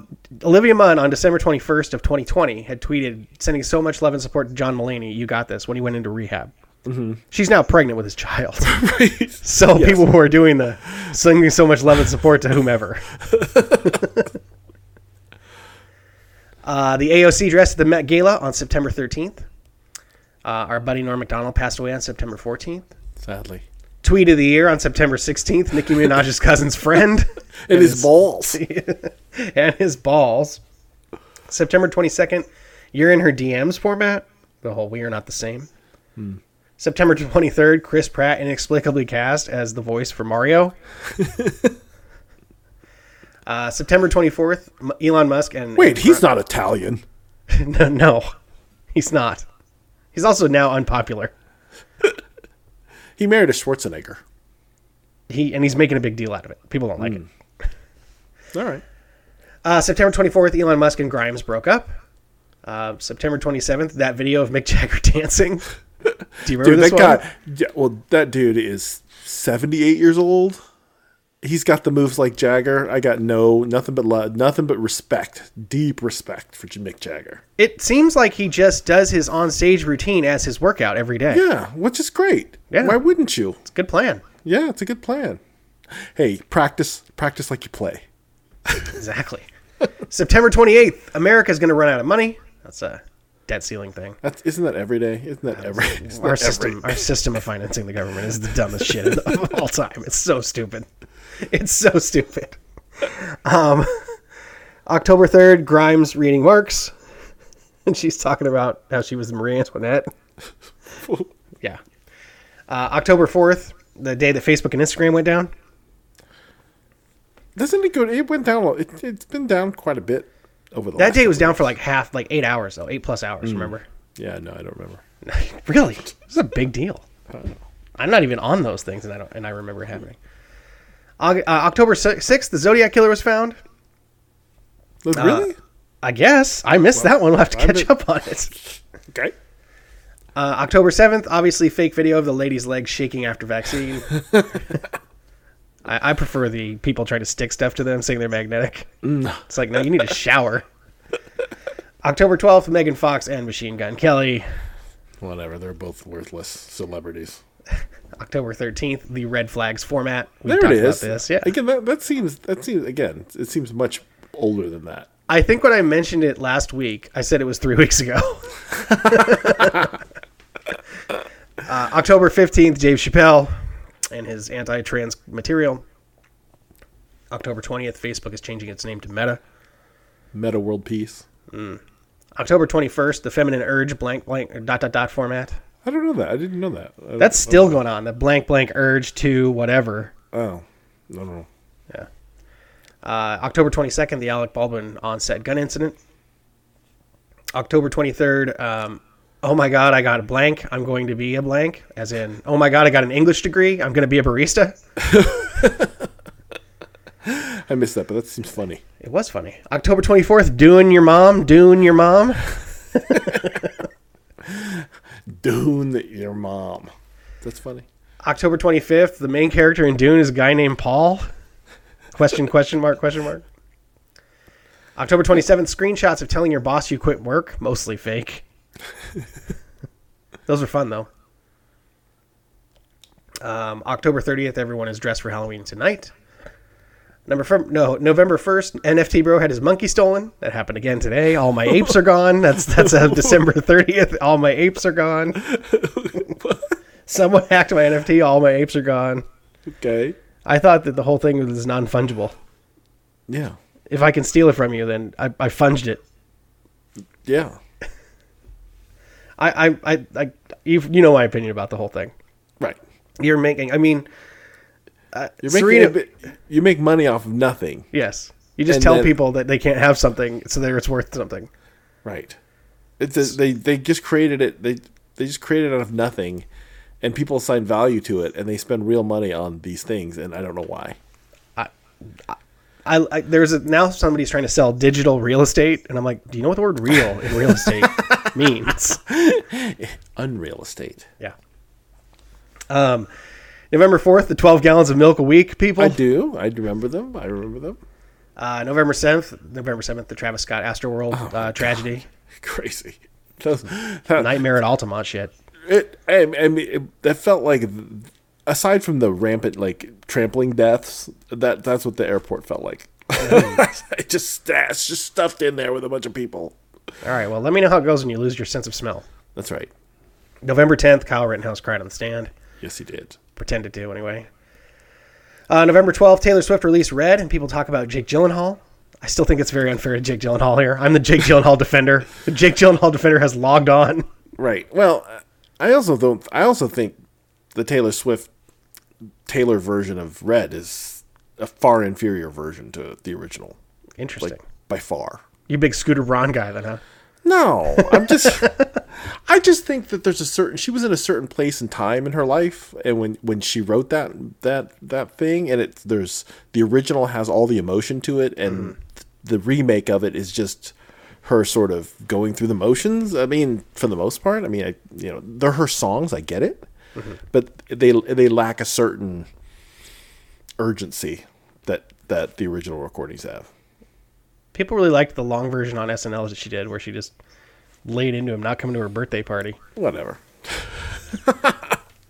Olivia Munn on December 21st of 2020 had tweeted, sending so much love and support to John Mulaney, you got this, when he went into rehab. She's now pregnant with his child.
Right.
So, people who are doing the sending so much love and support to whomever. uh, the AOC dressed at the Met Gala on September 13th. Uh, our buddy Norm MacDonald passed away on September 14th.
Sadly.
Tweet of the year on September 16th, Nicki Minaj's cousin's friend
And, his, balls.
and his balls. September 22nd, you're in her DMs format. The whole we are not the same.
Hmm.
September 23rd, Chris Pratt inexplicably cast as the voice for Mario. uh, September 24th, M- Elon Musk and
Wait, he's not Italian.
no, no, he's not. He's also now unpopular.
He married a Schwarzenegger.
He and he's making a big deal out of it. People don't
Hmm.
like it.
All right.
Uh, September 24th, Elon Musk and Grimes broke up. Uh, September 27th, that video of Mick Jagger dancing. Do you remember
Dude,
this
that
one?
guy. Yeah, well, that dude is 78 years old. he's got the moves like Jagger. I got no nothing but love, nothing but respect, deep respect for J- Mick Jagger.
It seems like he just does his onstage routine as his workout every day.
Yeah, which is great.
Yeah.
Why wouldn't you?
It's a good plan.
Yeah, it's a good plan. Hey, practice practice like you play.
Exactly. September 28th, America's going to run out of money. That's a debt ceiling thing.
That's isn't that every day? Isn't that every? Isn't
Our
that
system,
every-
our system of financing the government is the dumbest shit of all time. It's so stupid. It's so stupid. Um, October 3rd, Grimes reading Marx. And she's talking about how she was Marie Antoinette. Yeah. Uh, October 4th, the day that Facebook and Instagram went down.
Doesn't it go? It went down. a lot- It, it's been down quite a bit over the
That
last
day was down for like half, like eight hours, though, eight plus hours, remember?
Yeah, no, I don't
Uh,
remember.
really? This is a big deal. I'm not even on those things, and I don't, and I remember it happening. Aug- uh, October sixth, the Zodiac killer was found.
Look, really?
I guess I missed that one. We'll have to
I
catch
mi-
up on it.
Okay.
Uh, October seventh, obviously, fake video of the lady's legs shaking after vaccine. I, I prefer the people trying to stick stuff to them, saying they're magnetic.
Mm.
It's like, no, you need a shower. October twelfth, Megan Fox and Machine Gun Kelly.
Whatever. They're both worthless celebrities.
October thirteenth, the red flags format. We
There
talked
it is.
About this. Yeah,
Again, that, that seems that seems again. It seems much older than that.
I think when I mentioned it last week, I said it was three weeks ago. uh, October 15th, Dave Chappelle and his anti trans material. October 20th, Facebook is changing its name to Meta.
Meta world peace.
October 21st, the feminine urge blank blank or dot dot dot format.
I don't know that. I didn't know that. I don't-
That's still going on. The blank blank urge to whatever.
oh, I don't know.
Yeah. Uh, October 22nd, the Alec Baldwin onset gun incident. October 23rd, um, oh my God, I got a blank. I'm going to be a blank. As in, oh my God, I got an English degree. I'm going to be a barista.
I missed that, but that seems funny.
It was funny. October 24th, doing your mom, doing your mom.
Dune your mom. That's funny.
October 25th, the main character in Dune is a guy named Paul. Question, question mark, question mark. October 27th, screenshots of telling your boss you quit work, mostly fake. Those are fun, though. Um, October 30th, everyone is dressed for Halloween tonight. Number fir- no, November 1st, NFT Bro had his monkey stolen. That happened again today. All my apes are gone. That's that's uh, December 30th. All my apes are gone. Someone hacked my NFT. All my apes are gone.
Okay.
I thought that the whole thing was non fungible.
Yeah.
If I can steal it from you, then I, I funged it.
Yeah.
I, I, I, I you, you know my opinion about the whole thing.
Right.
You're making, I mean, uh,
You're making
Serena,
a bit, you make money off of nothing.
yes. You just
And
tell
then-
people that they can't have something, so there it's worth something.
Right. It's a, they they just created it. They they just created it out of nothing, and people assign value to it, and they spend real money on these things, and I don't know why.
I, I there's a, now somebody's trying to sell digital real estate, and I'm like, do you know what the word real in real estate means?
Unreal estate.
Yeah. Um, November 4th, the 12 gallons of milk a week, people.
I do. I remember them. I remember them.
Uh, November seventh, November seventh, the Travis Scott Astroworld
Oh
uh, tragedy,
Crazy. Those- that-
Nightmare at Altamont shit.
it, I, I mean, it, that felt like, aside from the rampant like trampling deaths, that that's what the airport felt like. it just stashed, just stuffed in there with a bunch of people.
All right, well, let me know how it goes when you lose your sense of smell.
That's right.
November tenth, Kyle Rittenhouse cried on the stand,
Yes, he did.
pretended to anyway. Uh, November twelfth, Taylor Swift released Red, and people talk about Jake Gyllenhaal. I still think it's very unfair to Jake Gyllenhaal here. I'm the Jake Gyllenhaal defender. The Jake Gyllenhaal defender has logged on.
Right. Well, I also don't. I also think the Taylor Swift Taylor version of Red is a far inferior version to the original,
Interesting.
like by far.
you big Scooter Braun guy, then, huh?
No, I'm just. I just think that there's a certain. She was in a certain place and time in her life, and when when she wrote that that that thing, and it there's the original has all the emotion to it, and the remake of it is just her sort of going through the motions. I mean, for the most part, I mean, I you know they're her songs. I get it, but they they lack a certain urgency that the original recordings have.
People really liked the long version on SNL that she did, where she just laid into him not coming to her birthday party.
Whatever.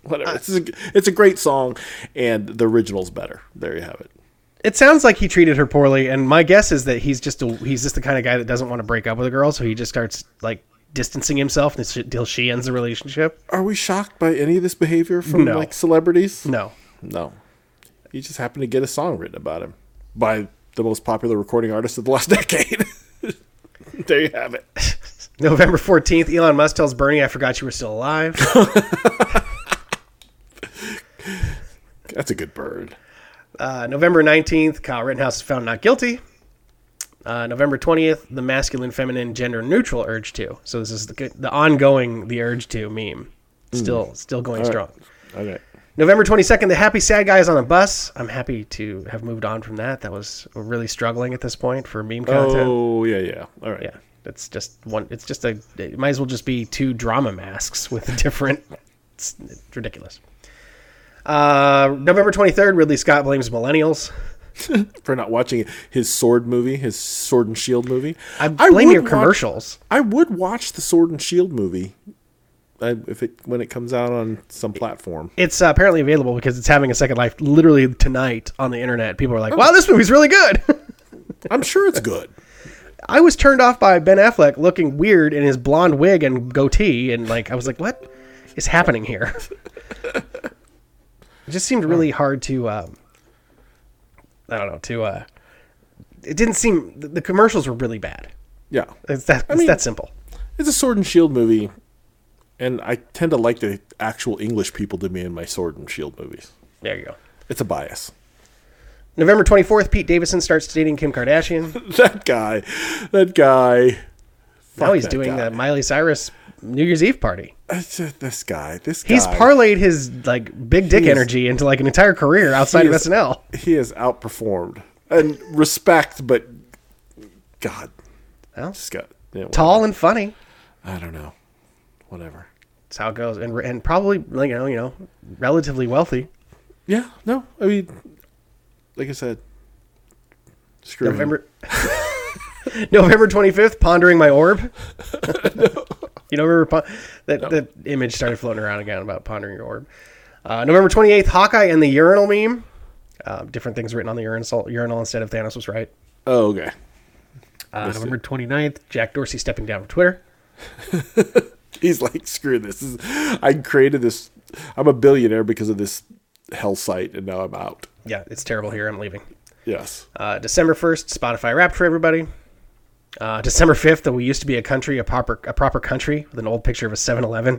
Whatever. It's a, it's a great song, and the original's better. There you have it.
It sounds like he treated her poorly, and my guess is that he's just a, he's just the kind of guy that doesn't want to break up with a girl, so he just starts like distancing himself until she ends the relationship.
Are we shocked by any of this behavior from
No.
like celebrities?
No,
No. He just happened to get a song written about him by the most popular recording artist of the last decade. there you have it.
November 14th, Elon Musk tells Bernie, I forgot you were still alive.
That's a good bird.
Uh, November 19th, Kyle Rittenhouse is found not guilty. Uh, November 20th, the masculine, feminine, gender neutral urge to. So this is the, the ongoing the urge to meme. Still still going strong.
Okay.
November 22nd, the happy sad guy is on a bus. I'm happy to have moved on from that. That was we're really struggling at this point for meme content.
Oh yeah, yeah. All right.
Yeah. It's just one it's just a it might as well just be two drama masks with different it's, it's ridiculous. Uh, November 23rd, Ridley Scott blames millennials.
For not watching his sword movie, his sword and shield movie.
I blame
would
your
watch-
commercials.
I would watch the sword and shield movie I, if it when it comes out on some platform.
It's uh, apparently available because it's having a second life literally tonight on the internet. People are
Oh.
like, "Wow, this movie's really good."
I'm sure it's good.
I was turned off by Ben Affleck looking weird in his blonde wig and goatee, and like I was like, "What is happening here?" it just seemed really hard to, um, I don't know, to. Uh, it didn't seem the, the commercials were really bad.
Yeah.
It's that it's
mean-
that simple.
It's a sword and shield movie, and I tend to like the actual English people to be in my sword and shield movies.
There you go.
It's a bias.
November twenty fourth, Pete Davidson starts dating Kim Kardashian.
That guy, that guy.
now he's
that
doing
guy.
the Miley Cyrus New Year's Eve party.
That's just this guy. This guy.
He's parlayed his like big dick
He is-
energy into like an entire career outside
he
of
is-
SNL.
He has outperformed and respect, but God,
Well,
this guy. Yeah, well,
tall and funny.
I don't know. Whatever.
That's how it goes, and and probably like you know you know relatively wealthy.
Yeah. No. I mean, like I said, screw him.
November November twenty fifth, pondering my orb. you know, remember pon- that that image started floating around again about pondering your orb. Uh, November twenty eighth, Hawkeye and the urinal meme. Uh, different things written on the urinal urinal instead of Thanos was right.
Oh, okay.
Uh, November 29th, Jack Dorsey stepping down from Twitter.
He's like, screw this. this is, I created this. I'm a billionaire because of this hell site, and now I'm out.
Yeah, it's terrible here. I'm leaving.
Yes.
Uh, December 1st, Spotify Wrapped for everybody. Uh, December 5th, that we used to be a country, a proper, a proper country with an old picture of a 7-Eleven.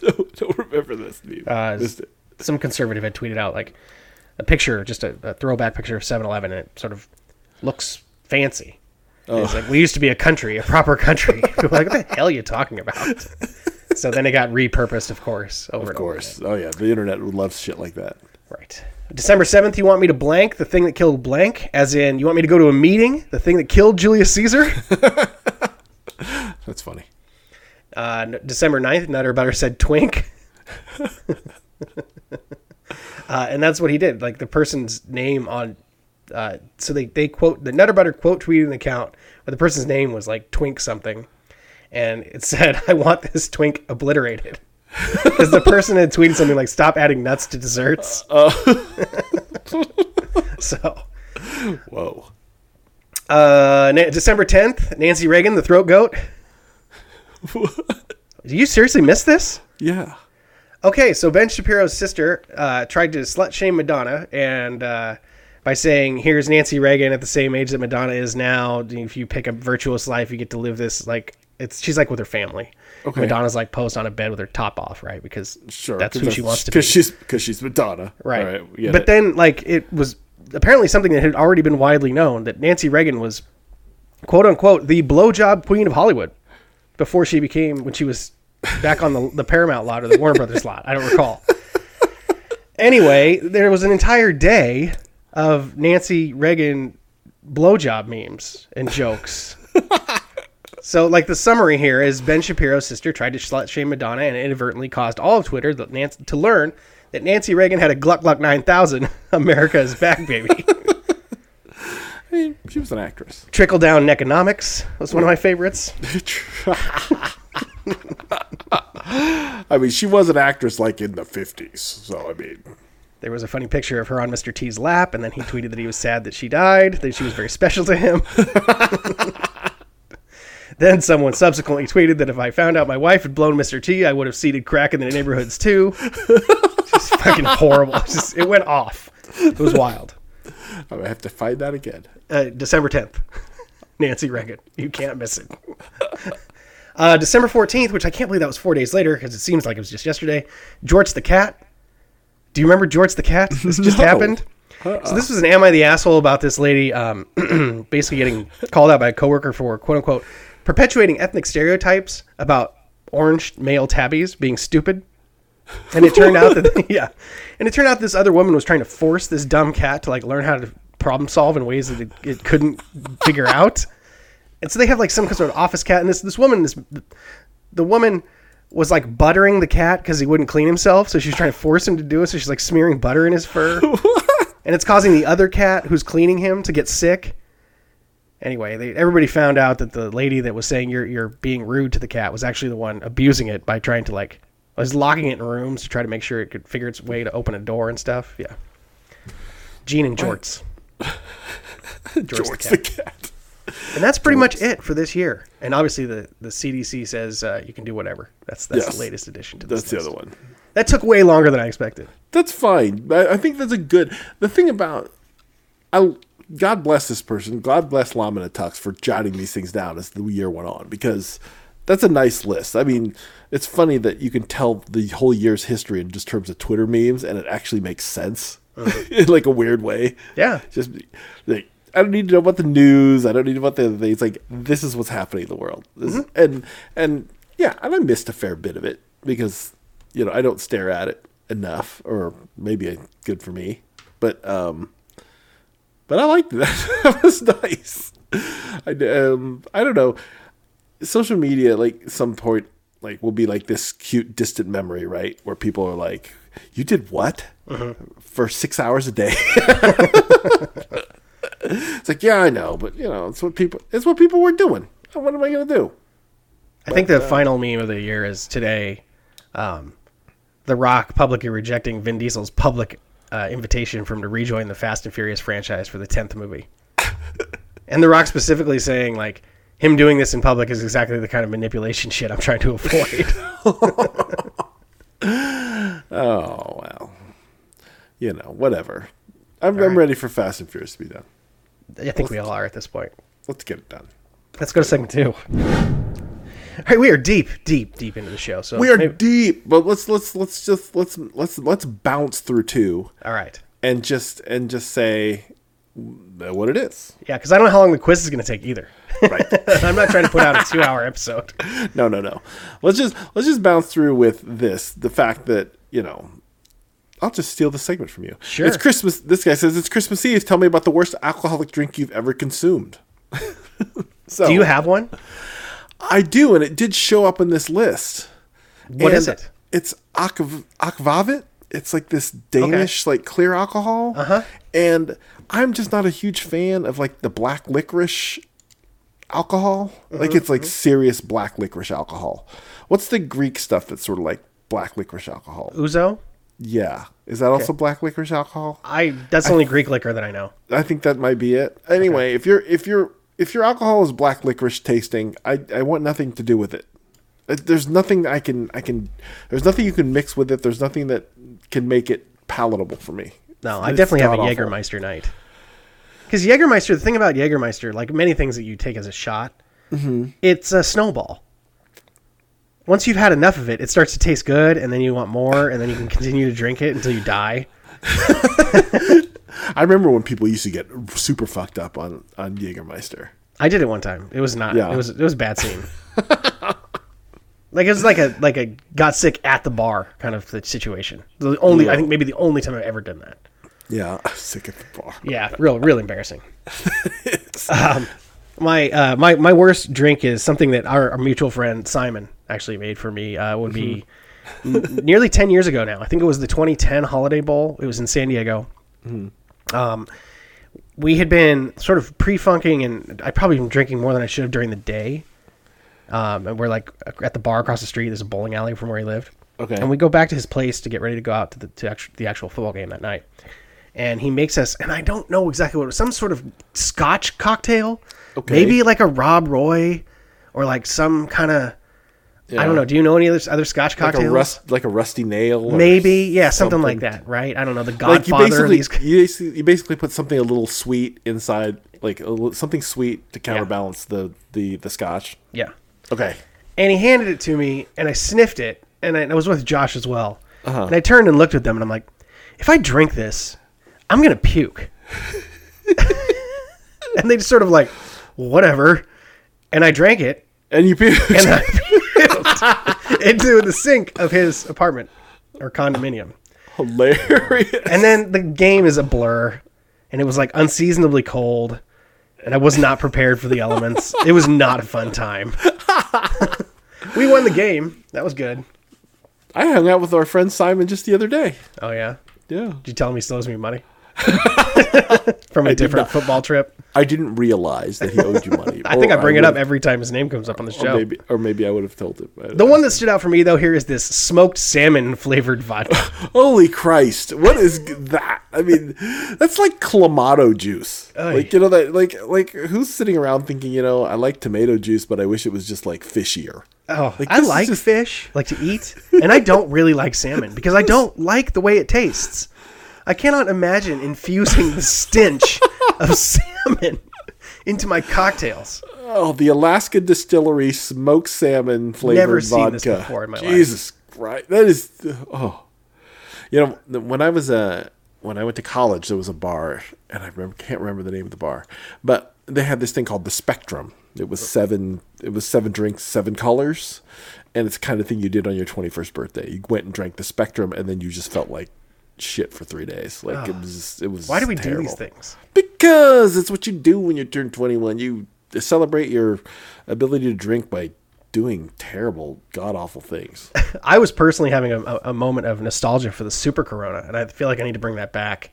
don't, don't remember this. Dude.
Uh,
This-
some conservative had tweeted out like a picture, just a, a throwback picture of 7-Eleven, and it sort of looks fancy.
Oh.
And It's like we used to be a country, a proper country. People were like, what the hell are you talking about? so then it got repurposed, of course, over
of course. Oh yeah, the internet would love shit like that.
Right. December 7th, you want me to blank the thing that killed blank, as in you want me to go to a meeting, the thing that killed Julius Caesar.
That's funny.
Uh, n- December 9th, Nutter Butter said twink. uh, and that's what he did. Like the person's name on. Uh, so they, they quote the Nutter Butter quote tweeted an account, but the person's name was like twink something. And it said, I want this twink obliterated. Because the person had tweeted something like, stop adding nuts to desserts. so.
Whoa.
Uh, Na- December 10th, Nancy Reagan, the throat goat. Do you seriously miss this?
Yeah.
Okay, so Ben Shapiro's sister uh, tried to slut shame Madonna, and uh, by saying, "Here's Nancy Reagan at the same age that Madonna is now. If you pick a virtuous life, you get to live this like it's." She's like with her family.
Okay.
Madonna's like posed on a bed with her top off, right? Because
Sure.
that's
'cause
who she wants to be.
Cause she's because she's Madonna.
Right.
All right, we get
but
it.
then, like, it was apparently something that had already been widely known that Nancy Reagan was, quote unquote, the blowjob queen of Hollywood before she became, when she was back on the, the Paramount lot or the Warner Brothers lot. I don't recall. Anyway, there was an entire day of Nancy Reagan blowjob memes and jokes. So, like, the summary here is Ben Shapiro's sister tried to slut shame Madonna and inadvertently caused all of Twitter that Nancy, to learn that Nancy Reagan had a Gluck Gluck 9000. America is back, baby.
I mean, she was an actress.
Trickle down economics was one of my favorites.
I mean, she was an actress like in the 50s. So, I mean,
There was a funny picture of her on Mr. T's lap, and then he tweeted that he was sad that she died, that she was very special to him. then someone subsequently tweeted that if I found out my wife had blown Mr. T, I would have seeded crack in the neighborhoods too. just fucking horrible. It's just- it went off. It was wild.
I'm going to have to find that again.
Uh, December 10th. Nancy Reagan. You can't miss it. Uh, December 14th, which I can't believe that was four days later because it seems like it was just yesterday. George the Cat. Do you remember George the Cat? This just
No.
happened. So this was an Am I the Asshole about this lady um, basically getting called out by a coworker for quote unquote perpetuating ethnic stereotypes about orange male tabbies being stupid. And it turned out that yeah, and it turned out this other woman was trying to force this dumb cat to like learn how to problem solve in ways that it, it couldn't figure out. And so they have like some sort of office cat, and this this woman this the woman was like buttering the cat because he wouldn't clean himself, so she's trying to force him to do it. So she's like smearing butter in his fur, and it's causing the other cat who's cleaning him to get sick. Anyway, they, everybody found out that the lady that was saying you're you're being rude to the cat was actually the one abusing it by trying to like was locking it in rooms to try to make sure it could figure its way to open a door and stuff. Yeah, Gene and Jorts,
George,
George
the Cat.
and that's pretty much it for this year. And obviously the the CDC says uh, you can do whatever. That's that's
Yes.
the latest addition to this.
That's the
list.
other one.
That took way longer than I expected.
That's fine. I, I think that's a good. The thing about, I God bless this person. God bless Lamina Tux for jotting these things down as the year went on because that's a nice list. I mean, it's funny that you can tell the whole year's history in just terms of Twitter memes, and it actually makes sense in like a weird way.
Yeah.
just like. I don't need to know about the news. I don't need to know about the other things. Like this is what's happening in the world, This- and and yeah, and I missed a fair bit of it because you know I don't stare at it enough, or maybe it's good for me, but um, but I liked that. that was nice. I d- um, I don't know. Social media, like some point, like will be like this cute distant memory, right? Where people are like, "You did what for six hours a day?" it's like, yeah, I know, but you know, it's what people, it's what people were doing. Oh, What am I gonna do?
I think
uh,
the final meme of the year is today. Um, the Rock publicly rejecting Vin Diesel's public uh, invitation for him to rejoin the Fast and Furious franchise for the tenth movie, and The Rock specifically saying like him doing this in public is exactly the kind of manipulation shit I'm trying to avoid.
Oh well, you know, whatever. I'm, I'm ready for Fast and Furious to be done.
I think we all are at this point.
Let's get it done.
Let's go to segment two. All right, we are deep, deep, deep into the show. So
We are
maybe-
deep, but let's let's let's just let's let's let's bounce through two
all right.
and just and just say what it is.
Yeah, because I don't know how long the quiz is going to take either.
Right.
I'm not trying to put out a two-hour episode.
no, no, no. Let's just let's just bounce through with this. The fact that you know, I'll just steal the segment from you.
Sure.
It's Christmas. This guy says it's Christmas Eve. Tell me about the worst alcoholic drink you've ever consumed. so
Do you have one?
I do, and it did show up in this list.
What is
And
it?
It's Akav- Akvavit. It's like this Danish like clear alcohol. Uh-huh. And I'm just not a huge fan of like the black licorice alcohol. Like it's
Mm-hmm.
like serious black licorice alcohol. What's the Greek stuff that's sort of like black licorice alcohol?
Uzo?
Yeah. Is that also black licorice alcohol?
I that's the only Greek liquor that I know.
I think that might be it. Anyway, if you're if you're if your alcohol is black licorice tasting, I I want nothing to do with it. Uh, There's nothing I can I can there's nothing you can mix with it. There's nothing that can make it palatable for me.
No, I
It's
definitely have a
god-awful.
Jägermeister night. Because Jägermeister, the thing about Jägermeister, like many things that you take as a shot,
Mm-hmm.
it's a snowball. Once you've had enough of it, it starts to taste good, and then you want more, and then you can continue to drink it until you die.
I remember when people used to get super fucked up on on Jägermeister.
I did it one time. It was not.
Yeah.
It was it was a bad scene. like it was like a like a got sick at the bar kind of situation. The only I think maybe the only time I've ever done that.
Yeah, I'm sick at the bar.
Yeah, real real embarrassing. um, my uh, my my worst drink is something that our, our mutual friend Simon actually made for me. Uh, would be n- nearly ten years ago now. I think it was the 2010 Holiday Bowl. It was in San Diego. Um, we had been sort of pre-funking, and I probably been drinking more than I should have during the day. Um, and we're like at the bar across the street. There's a bowling alley from where he lived.
Okay.
And we go back to his place to get ready to go out to the to actu- the actual football game that night. And he makes us, and I don't know exactly what it was, some sort of Scotch cocktail,
Okay.
maybe like a Rob Roy, or like some kind of I don't know. Do you know any other other Scotch
like
cocktails?
a rust, like a rusty nail, or
Maybe, yeah, something, like
something.
that, right? I don't know. The
Like you
Godfather of these.
basically, you basically you basically put something a little sweet inside, like a, li- something sweet to counterbalance the the the scotch.
Yeah.
Okay.
And he handed it to me, and I sniffed it, and I, and I was with Josh as well.
Uh-huh.
And I turned and looked at them, and I'm like, if I drink this, I'm gonna puke. and they just sort of like, whatever. And I drank it,
And you pu-
and I puked into the sink of his apartment or condominium.
hilarious.
And then the game is a blur, and it was like unseasonably cold, and I was not prepared for the elements. it was not a fun time. we won the game. That was good.
I hung out with our friend Simon just the other day.
Oh yeah.
Yeah.
Did you tell him he still owes me money? From a different football trip.
I didn't realize that he owed you money.
I think I bring it up every time his name comes up on the show.
Oh, maybe, or maybe I would have told him. I-
The one that stood out for me though here is this smoked salmon flavored vodka.
Holy Christ! What is that? I mean, that's like clamato juice. Like you know that like like who's sitting around thinking you know I like tomato juice, but I wish it was just like fishier.
Oh,
Like,
I
this is
like
just-
fish, like to eat, and I don't really like salmon because I don't like the way it tastes. I cannot imagine infusing the stench of salmon into my cocktails.
Oh, the Alaska Distillery smoked salmon flavored
Never
vodka.
seen this before in my life.
Jesus Christ, that is oh. You know, th- when I was uh, when I went to college, there was a bar, and I remember, can't remember the name of the bar, but they had this thing called the Spectrum. It was seven. It was seven drinks, seven colors, and it's the kind of thing you did on your twenty first birthday. You went and drank the Spectrum, and then you just felt like shit for three days. Like it was. It was.
Ah. Why do we do
terrible.
these things?
Because it's what you do when you turn 21. You celebrate your ability to drink by doing terrible, god awful things.
I was personally having a, a, a moment of nostalgia for the Super Corona, and I feel like I need to bring that back.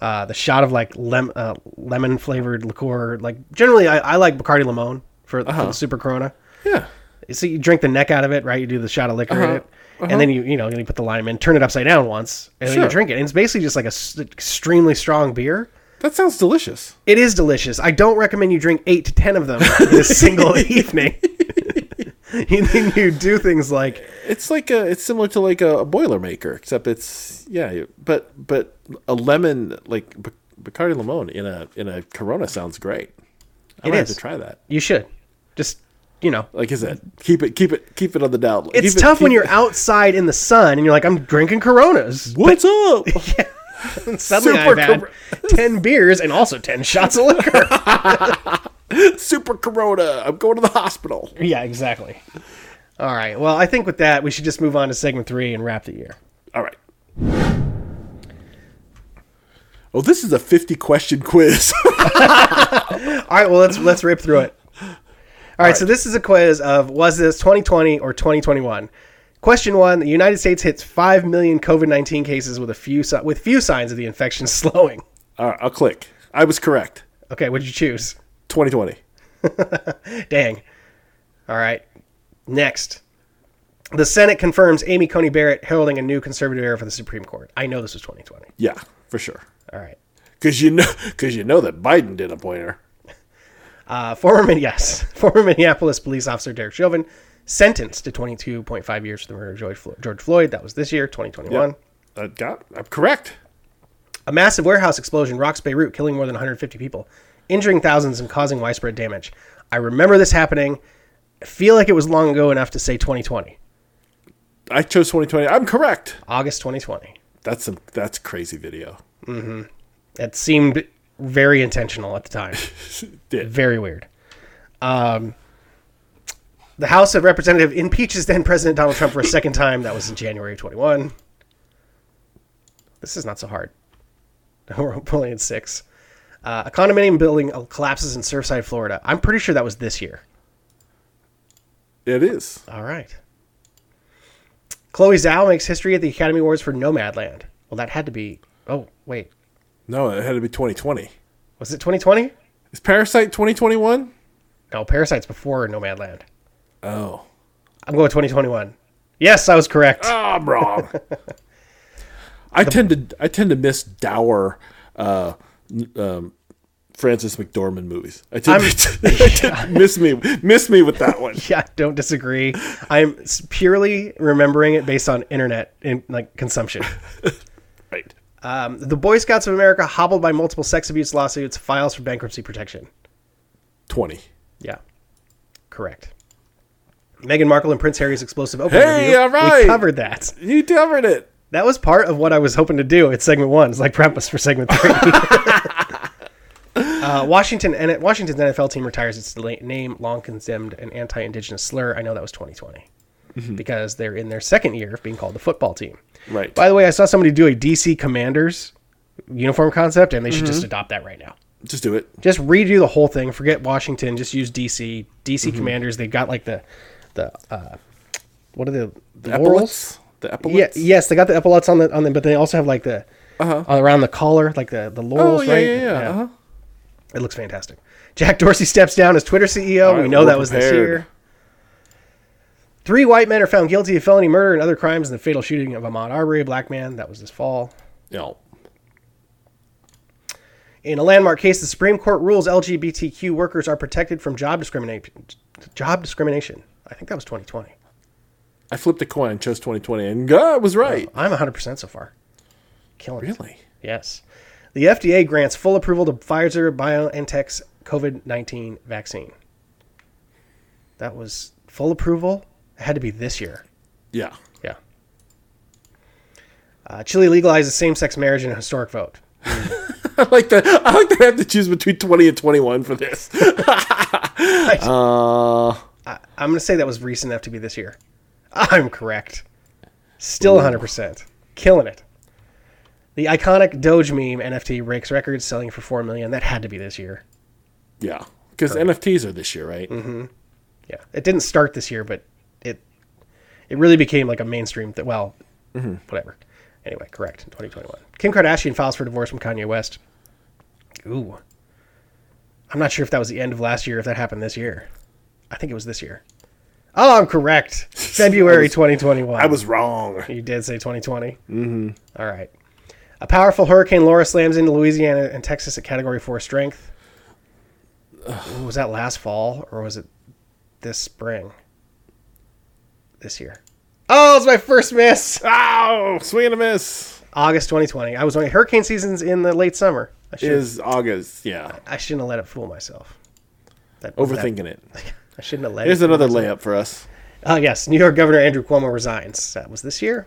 Uh, the shot of like lem- uh, lemon flavored liqueur, like generally I, I like Bacardi Limon for, for
Uh-huh.
the Super Corona.
Yeah.
So you drink the neck out of it, right? You do the shot of liquor in it, and then you you know you put the lime in, turn it upside down once, and then you
Sure.
drink it. And it's basically just like a s- extremely strong beer.
That sounds delicious.
It is delicious. I don't recommend you drink eight to ten of them in a single evening. you think you do things like
It's like a, it's similar to like a, a Boilermaker, except it's yeah, you- but but a lemon like Bac- Bacardi Limon in a in a Corona sounds great. I
It
might have to
is.
try that.
you should just you know.
Like I said, keep it keep it keep it on the down. low.
It's
Keep it-
tough when
keep
you're
it-
outside in the sun and you're like, I'm drinking Coronas.
What's up?
Suddenly
Super
I've had
Cor-
ten beers and also ten shots of liquor.
Super Corona. I'm going to the hospital.
yeah, exactly. All right. Well, I think with that we should just move on to segment three and wrap the year.
All right. Oh, this is a 50 question quiz.
All right, well let's let's rip through it. All right, so this is a quiz of was this 2020 or 2021? Question one: The United States hits five million COVID-19 cases with a few si- with few signs of the infection slowing.
All right, I'll click. I was correct.
Okay, what'd you choose?
2020.
Dang. All right. Next, the Senate confirms Amy Coney Barrett heralding a new conservative era for the Supreme Court. I know this was 2020.
Yeah, for sure.
All right.
Cuz you know cuz you know that Biden did appoint her.
Uh, former Min- yes, former Minneapolis police officer Derek Chauvin sentenced to 22.5 years for the murder of George Flo- George Floyd. That was this year, 2021.
I Uh, got I'm correct.
A massive warehouse explosion rocks Beirut, killing more than 150 people, injuring thousands, and causing widespread damage. I remember this happening. I feel like it was long ago enough to say 2020,
I chose 2020. I'm correct.
August 2020.
That's a that's crazy video.
That seemed very intentional at the time.
Did.
Very weird. Um, the House of Representative impeaches then President Donald Trump for a second time. That was in January of 21. This is not so hard. We're only at six. Uh, a condominium building collapses in Surfside, Florida. I'm pretty sure that was this year.
It is.
All right. Chloe Zhao makes history at the Academy Awards for Nomadland. Well, that had to be. Oh, wait.
No, it had to be 2020.
Was it 2020?
Is Parasite 2021?
No, Oh, Parasite's before Nomadland.
Oh.
I'm going 2021. Yes, I was correct.
Ah, I'm wrong. I tend to I tend to miss dour uh, n- um, Francis McDormand movies. I tend, I tend to miss me miss me with that one.
Yeah, I don't disagree. I'm s- purely remembering it based on internet and like consumption.
Right.
Um, the Boy Scouts of America hobbled by multiple sex abuse lawsuits, files for bankruptcy protection.
Twenty.
Yeah, correct. Meghan Markle and Prince Harry's explosive open
Hey,
review.
all right.
We covered that.
You covered it.
That was part of what I was hoping to do at segment one. It's like premise for segment three. uh, Washington and Washington's NFL team retires its la- name, long condemned an anti-indigenous slur. I know that was 2020 because they're in their second year of being called the football team.
Mm-hmm. Right.
By the way, I saw somebody do a DC Commanders uniform concept, and they should
Mm-hmm.
just adopt that right now.
Just do it.
Just redo the whole thing. Forget Washington. Just use DC. DC
Mm-hmm.
Commanders. They've got like the the uh, what are the the laurels?
Epaulets. The
Yeah,
epaulets.
yes, they got the epaulets on the on them, but they also have like the uh, around the collar, like the the laurels,
Uh-huh. Oh yeah,
right?
yeah, yeah. Uh-huh.
It looks fantastic. Jack Dorsey steps down as Twitter CEO.
right,
we know
we're
that was this
prepared.
year. Three white men are found guilty of felony murder and other crimes in the fatal shooting of Ahmad Arbery, a black man. That was this fall.
No.
In a landmark case, the Supreme Court rules LGBTQ workers are protected from job discrimination. Job discrimination. I think that was 2020.
I flipped a coin, chose 2020, and God I was right.
I'm 100% so far. Killing it.
Really?
Yes. The FDA grants full approval to Pfizer BioNTech's COVID 19 vaccine. That was full approval. It had to be this year.
Yeah.
Yeah. Uh, Chile legalizes same sex marriage in a historic vote.
I like that. I like that I have to choose between 20 and 21 for this. uh,
I, I'm going to say that was recent enough to be this year. I'm correct. Still 100%. Killing it. The iconic Doge meme NFT breaks records selling for 4 million. That had to be this year.
yeah. Because NFTs are this year, right?
yeah it didn't start this year but it it really became like a mainstream that well
Mm-hmm.
whatever anyway correct in 2021 kim kardashian files for divorce from kanye west ooh i'm not sure if that was the end of last year if that happened this year i think it was this year oh i'm correct february 2021
I was wrong.
you did say 2020 mm-hmm all right a powerful hurricane laura slams into louisiana and texas at category 4 strength Ooh, was that last fall or was it this spring this year oh it's my first miss
Oh, swing and a miss
august 2020 i was on hurricane seasons in the late summer i should
is August. Yeah,
i shouldn't have let it fool myself that,
overthinking it.
that- i shouldn't have let
Here's
it
another layup for us.
Oh, yes. New York Governor Andrew Cuomo resigns. That was this year.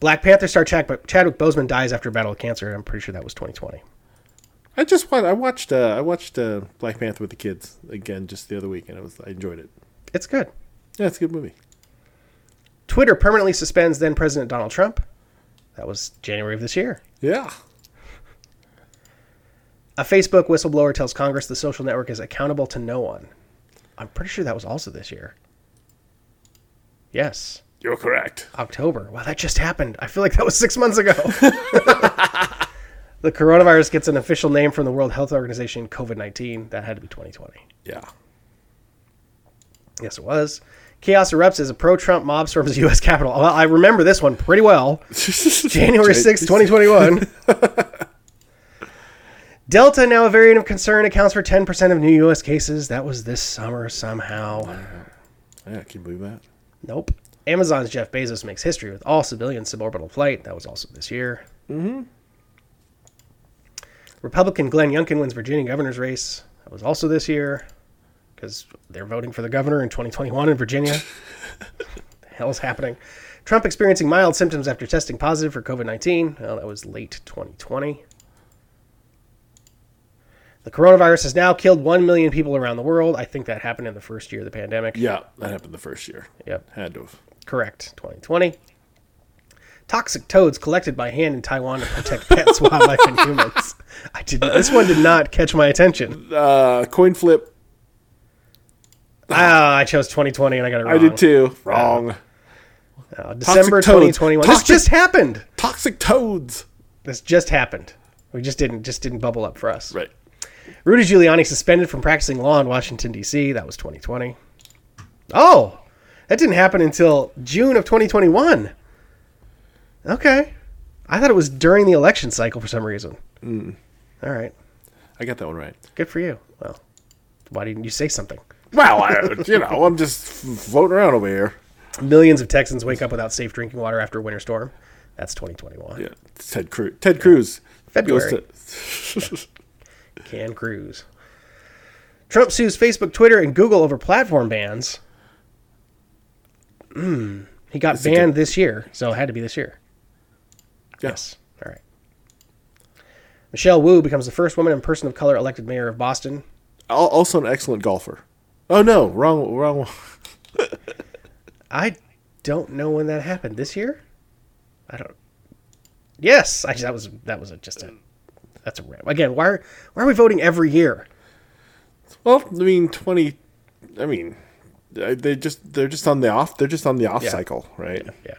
Black Panther star Chad- Chadwick Boseman dies after a battle with cancer. I'm pretty sure that was 2020.
I just watched. I watched. Uh, I watched uh, Black Panther with the kids again just the other week, and it was. I enjoyed it.
It's good.
Yeah, it's a good movie.
Twitter permanently suspends then President Donald Trump. That was January of this year.
Yeah.
A Facebook whistleblower tells Congress the social network is accountable to no one. I'm pretty sure that was also this year. Yes.
You're correct.
October. Wow, that just happened. I feel like that was six months ago. the coronavirus gets an official name from the World Health Organization, COVID 19. That had to be 2020.
Yeah.
Yes, it was. Chaos erupts as a pro Trump mob storms the U.S. Capitol. Well, I remember this one pretty well. January sixth, twenty 2021. Delta, now a variant of concern, accounts for 10% of new U.S. cases. That was this summer somehow.
Yeah, I can believe that.
Nope. Amazon's Jeff Bezos makes history with all civilian suborbital flight. That was also this year. Mm-hmm. Republican Glenn Youngkin wins Virginia governor's race. That was also this year because they're voting for the governor in 2021 in Virginia. the hell's happening? Trump experiencing mild symptoms after testing positive for COVID 19. Well, that was late 2020. The coronavirus has now killed 1 million people around the world. I think that happened in the first year of the pandemic.
Yeah, that happened the first year.
Yep.
Had to have.
Correct. 2020. Toxic toads collected by hand in Taiwan to protect pets, wildlife, and humans. I did this one did not catch my attention.
Uh, coin flip.
Ah, I chose 2020 and I got it wrong.
I did too. Wrong.
Uh, December
toads.
2021. This
Toxic-
just happened.
Toxic toads.
This just happened. We We just didn't just didn't bubble up for us.
Right.
Rudy Giuliani suspended from practicing law in Washington D.C. That was 2020. Oh, that didn't happen until June of 2021. Okay, I thought it was during the election cycle for some reason. All right,
I got that one right.
good for you. Well, why didn't you say something?
Well, I, you know, I'm just floating around over here.
Millions of Texans wake up without safe drinking water after a winter storm. That's 2021.
Yeah, it's Ted Cruz. Ted Cruz.
February.
Goes to-
Can Cruz. Trump sues Facebook, Twitter, and Google over platform bans. Hmm. He got
it
banned this year, so it had to be this year.
yes.
All right. Michelle Wu becomes the first woman and person of color elected mayor of Boston.
Al- Also an excellent golfer. Oh no, wrong, wrong. one.
I don't know when that happened. This year? I don't. Yes, I, that was that was a, just a that's a rant. Again, why are why are we voting every year?
Well, I mean, twenty. I mean, I- they just they're just on the off. They're just on the off
Yeah.
cycle, right?
Yeah.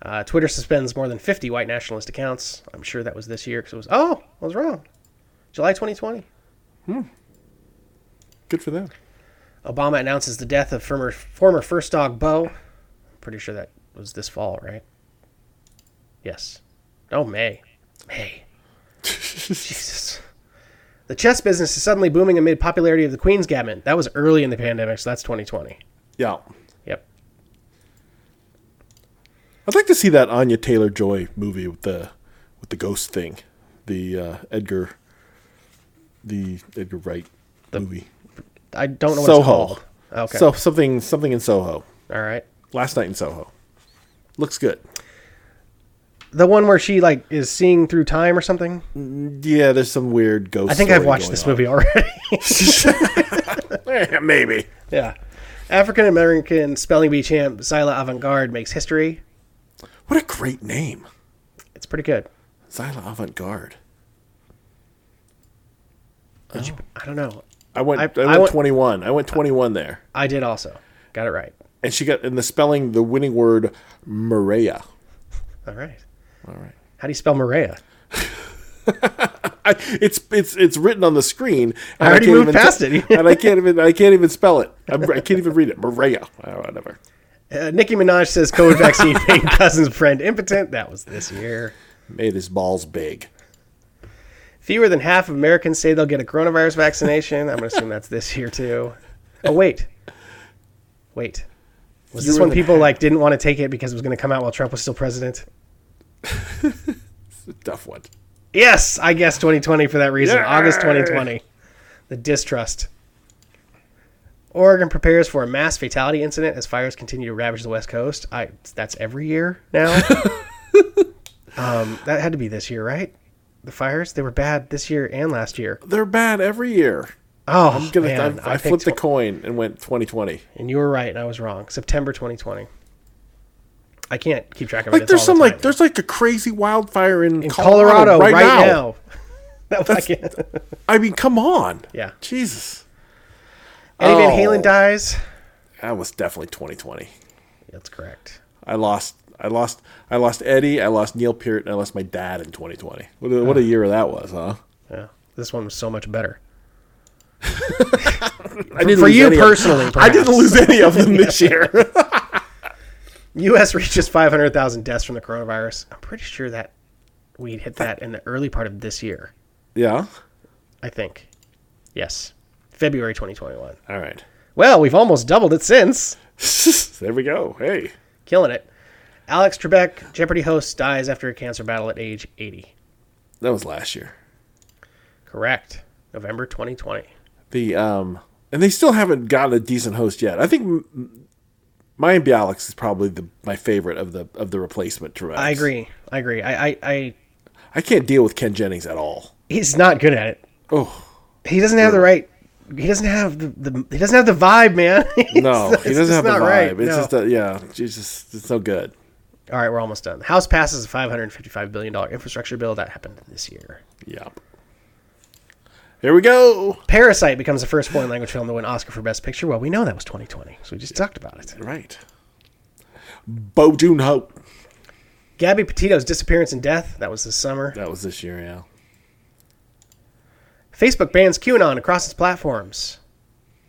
Uh, Twitter suspends more than 50 white nationalist accounts. I'm sure that was this year because it was. Oh, I was wrong. July 2020.
Good for them.
Obama announces the death of former former first dog Bo. I'm pretty sure that was this fall, right? Yes. Oh, May. May. Jesus. The chess business is suddenly booming amid popularity of the Queen's Gambit. That was early in the pandemic, so that's 2020.
Yeah,
Yep.
I'd like to see that Anya Taylor Joy movie with the with the ghost thing, the uh, Edgar, the Edgar Wright movie.
I don't know what it's
Soho.
called. Okay.
So something something in Soho.
All right.
Last night in Soho. Looks good.
The one where she like is seeing through time or something.
Yeah, there's some weird ghost.
I think I've watched this movie already.
movie. Maybe.
yeah. African American spelling bee champ Zyla Avantgarde makes history.
What a great name,
It's pretty good.
Xyla Avant Garde.
Did you- I don't know.
I went.
I-
I,
I
went
went-
21. I went 21 there,
I did also. Got it right.
and she got in the spelling the winning word Maria.
All right.
All right.
How do you spell Maria?
I, it's it's it's written on the screen. and
already
can't
moved
even
past
te-
it.
and I can't even I can't even spell it. I'm, I can't even read it. Maria. Oh, whatever.
Uh, Nicki Minaj says COVID vaccine made cousin's friend impotent. That was this year.
Made his balls big.
Fewer than half of Americans say they'll get a coronavirus vaccination. I'm going to assume that's this year too. Oh wait, wait. Was this
Fewer
when
than
people like didn't want to take it because it was going to come out while Trump was still president?
It's a tough one.
Yes, I guess 2020 for that reason.
Yay!
August 2020. The distrust. Oregon prepares for a mass fatality incident as fires continue to ravage the West Coast. I that's every year now. um, that had to be this year, right? The fires they were bad this year and last year.
They're bad every year.
Oh
I'm gonna.
man,
I, I,
picked
flipped the coin and went 2020.
and you were right, and I was wrong. September 2020. I can't keep track of it.
Like
It's
there's
all
some
the
like
time.
there's like a crazy wildfire in,
in Colorado, right, now. That was- I can't-
I mean, come on.
Yeah.
Jesus.
Eddie Van
Oh.
Halen dies.
That was definitely 2020.
That's correct.
I lost. I lost. I lost Eddie. I lost Neil Peart, and I lost my dad in 2020. What a, what a year that was, huh?
Yeah, this one was so much better.
I didn't
for
lose
you
any of-
personally,
I didn't
perhaps.
lose any of them this year.
U.S. reaches 500,000 deaths from the coronavirus. I'm pretty sure that we hit that in the early part of this year.
yeah.
I think. Yes, February 2021.
All right.
Well, we've almost doubled it since.
there we go. Hey.
Killing it. Alex Trebek, Jeopardy host, dies after a cancer battle at age 80.
That was last year.
Correct. November 2020.
The um, and they still haven't gotten a decent host yet. I think M- Mayim Bialik is probably the my favorite of the of the replacement Tourette's.
I agree. I agree. I, I, I
I can't deal with Ken Jennings at all.
he's not good at it.
Oh
He doesn't have the right. He doesn't have the, the he doesn't have the vibe, man.
no,
It's-
he
it's
doesn't have the
not
vibe.
right,
it's
no.
just a, yeah, it's just it's no good.
All right, we're almost done. The House passes a $555 billion infrastructure bill. That happened this year.
Yep. Here we go.
Parasite becomes the first foreign language film to win Oscar for Best Picture. Well, we know that was 2020, so we just talked about it.
Right. Bo Hope.
Gabby Petito's disappearance and death. That was this summer.
That was this year, yeah.
Facebook bans QAnon across its platforms.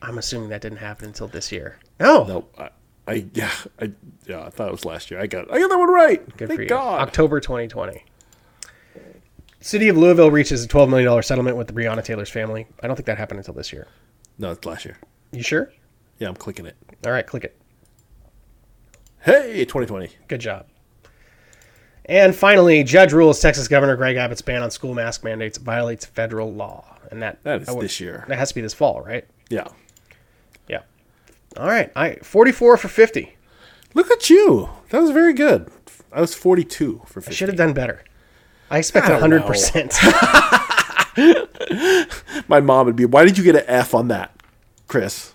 I'm assuming that didn't happen until this year. No.
No, I, I yeah, I yeah, I thought it was last year. I got I got that one right.
Good
Thank
for you.
God.
October 2020. City of Louisville reaches a $12 million settlement with the Breonna Taylor's family. I don't think that happened until this year.
no, it's last year.
You sure?
Yeah, I'm clicking it.
All right, click it.
Hey, 2020.
Good job. And finally, judge rules Texas Governor Greg Abbott's ban on school mask mandates violates federal law. And that
That is
I would-
this year.
That has to be this fall, right?
Yeah.
Yeah. All right. I 44 for 50.
Look at you. That was very good. I was 42 for 50.
Should have done better. I expected
I don't know.
100%.
My mom would be, "Why did you get an F on that, Chris?"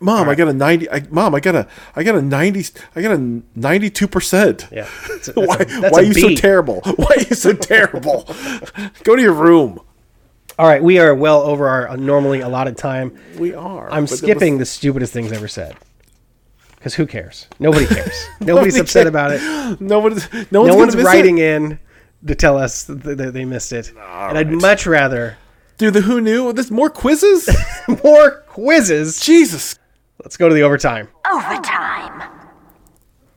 Mom, I got a 90 I, Mom, I got a I got a 90 I got a 92%.
yeah. That's a- that's a-
Why,
that's
why
a
are you so
B.
terrible? Why are you so terrible? Go to your room.
All right. We are well over our normally allotted time.
We are.
I'm
But there was-
skipping the stupidest things ever said. Because who cares? Nobody cares. Nobody's upset
cares.
about it.
No one's no one's,
No
gonna
one's
miss
writing
it.
in to tell us that that they missed it. and I'd
right.
much rather
Dude, the who knew? There's more quizzes?
more quizzes.
Jesus.
Let's go to the overtime.
Overtime.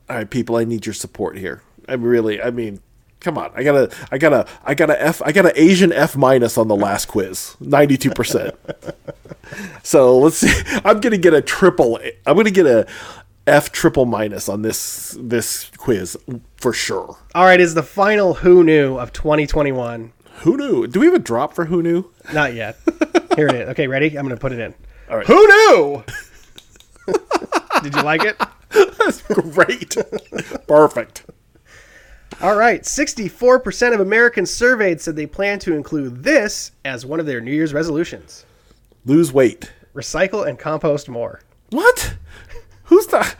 All right, people, I need your support here. I'm really I mean, come on. I got to I got to I got to F I got an Asian F minus on the last quiz. 92%. so, let's see. I'm going to get a triple I'm going to get a F triple minus on this this quiz for sure.
All right, is the final Who Knew of 2021.
Who knew? Do we have a drop for who knew?
Not yet. Here it is. Okay, ready? I'm going to put it in.
All right.
Who knew? Did you like it?
Great. Perfect.
All right, 64% of Americans surveyed said they plan to include this as one of their New Year's resolutions.
Lose weight.
Recycle and compost more.
What? Who's that?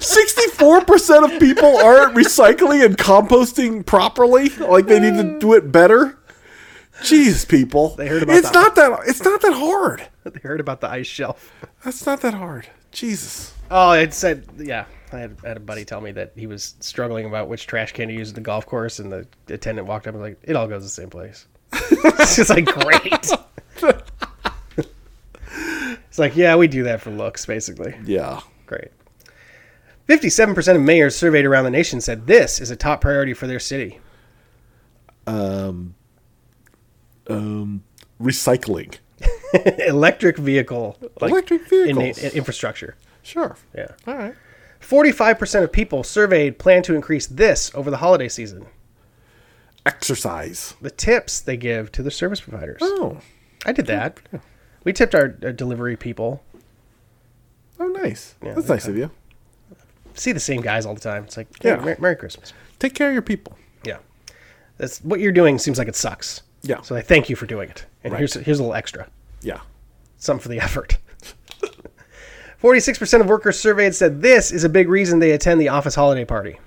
Sixty-four percent of people aren't recycling and composting properly. Like they need to do it better. Jeez, people! They
Mm. heard about
it's
that.
not that. It's not that hard.
They heard about the ice shelf.
That's not that hard. Jesus.
Oh, it said, yeah. I had, I had a buddy tell me that he was struggling about which trash can to use at the golf course, and the attendant walked up and was like, it all goes the same place. it's just like, great. it's like, yeah, we do that for looks, basically.
Yeah.
Great. 57% of mayors surveyed around the nation said this is a top priority for their city.
Recycling.
Electric vehicle. like,
Electric
in-
vehicles.
in- infrastructure.
sure.
Yeah.
All right.
45% of people surveyed plan to increase this over the holiday season.
Exercise.
The tips they give to their service providers.
Oh.
I did that. We tipped our, uh delivery people.
Oh, nice.
Yeah,
That's nice of you.
See the same guys all the time. It's like, hey,
Yeah.
Mer- Merry Christmas.
Take care of your people.
Yeah. That's what you're doing seems like it sucks.
Yeah.
So I thank you for doing it. And
Right.
here's here's a little extra.
Yeah.
Something for the effort. 46% of workers surveyed said this is a big reason they attend the office holiday party.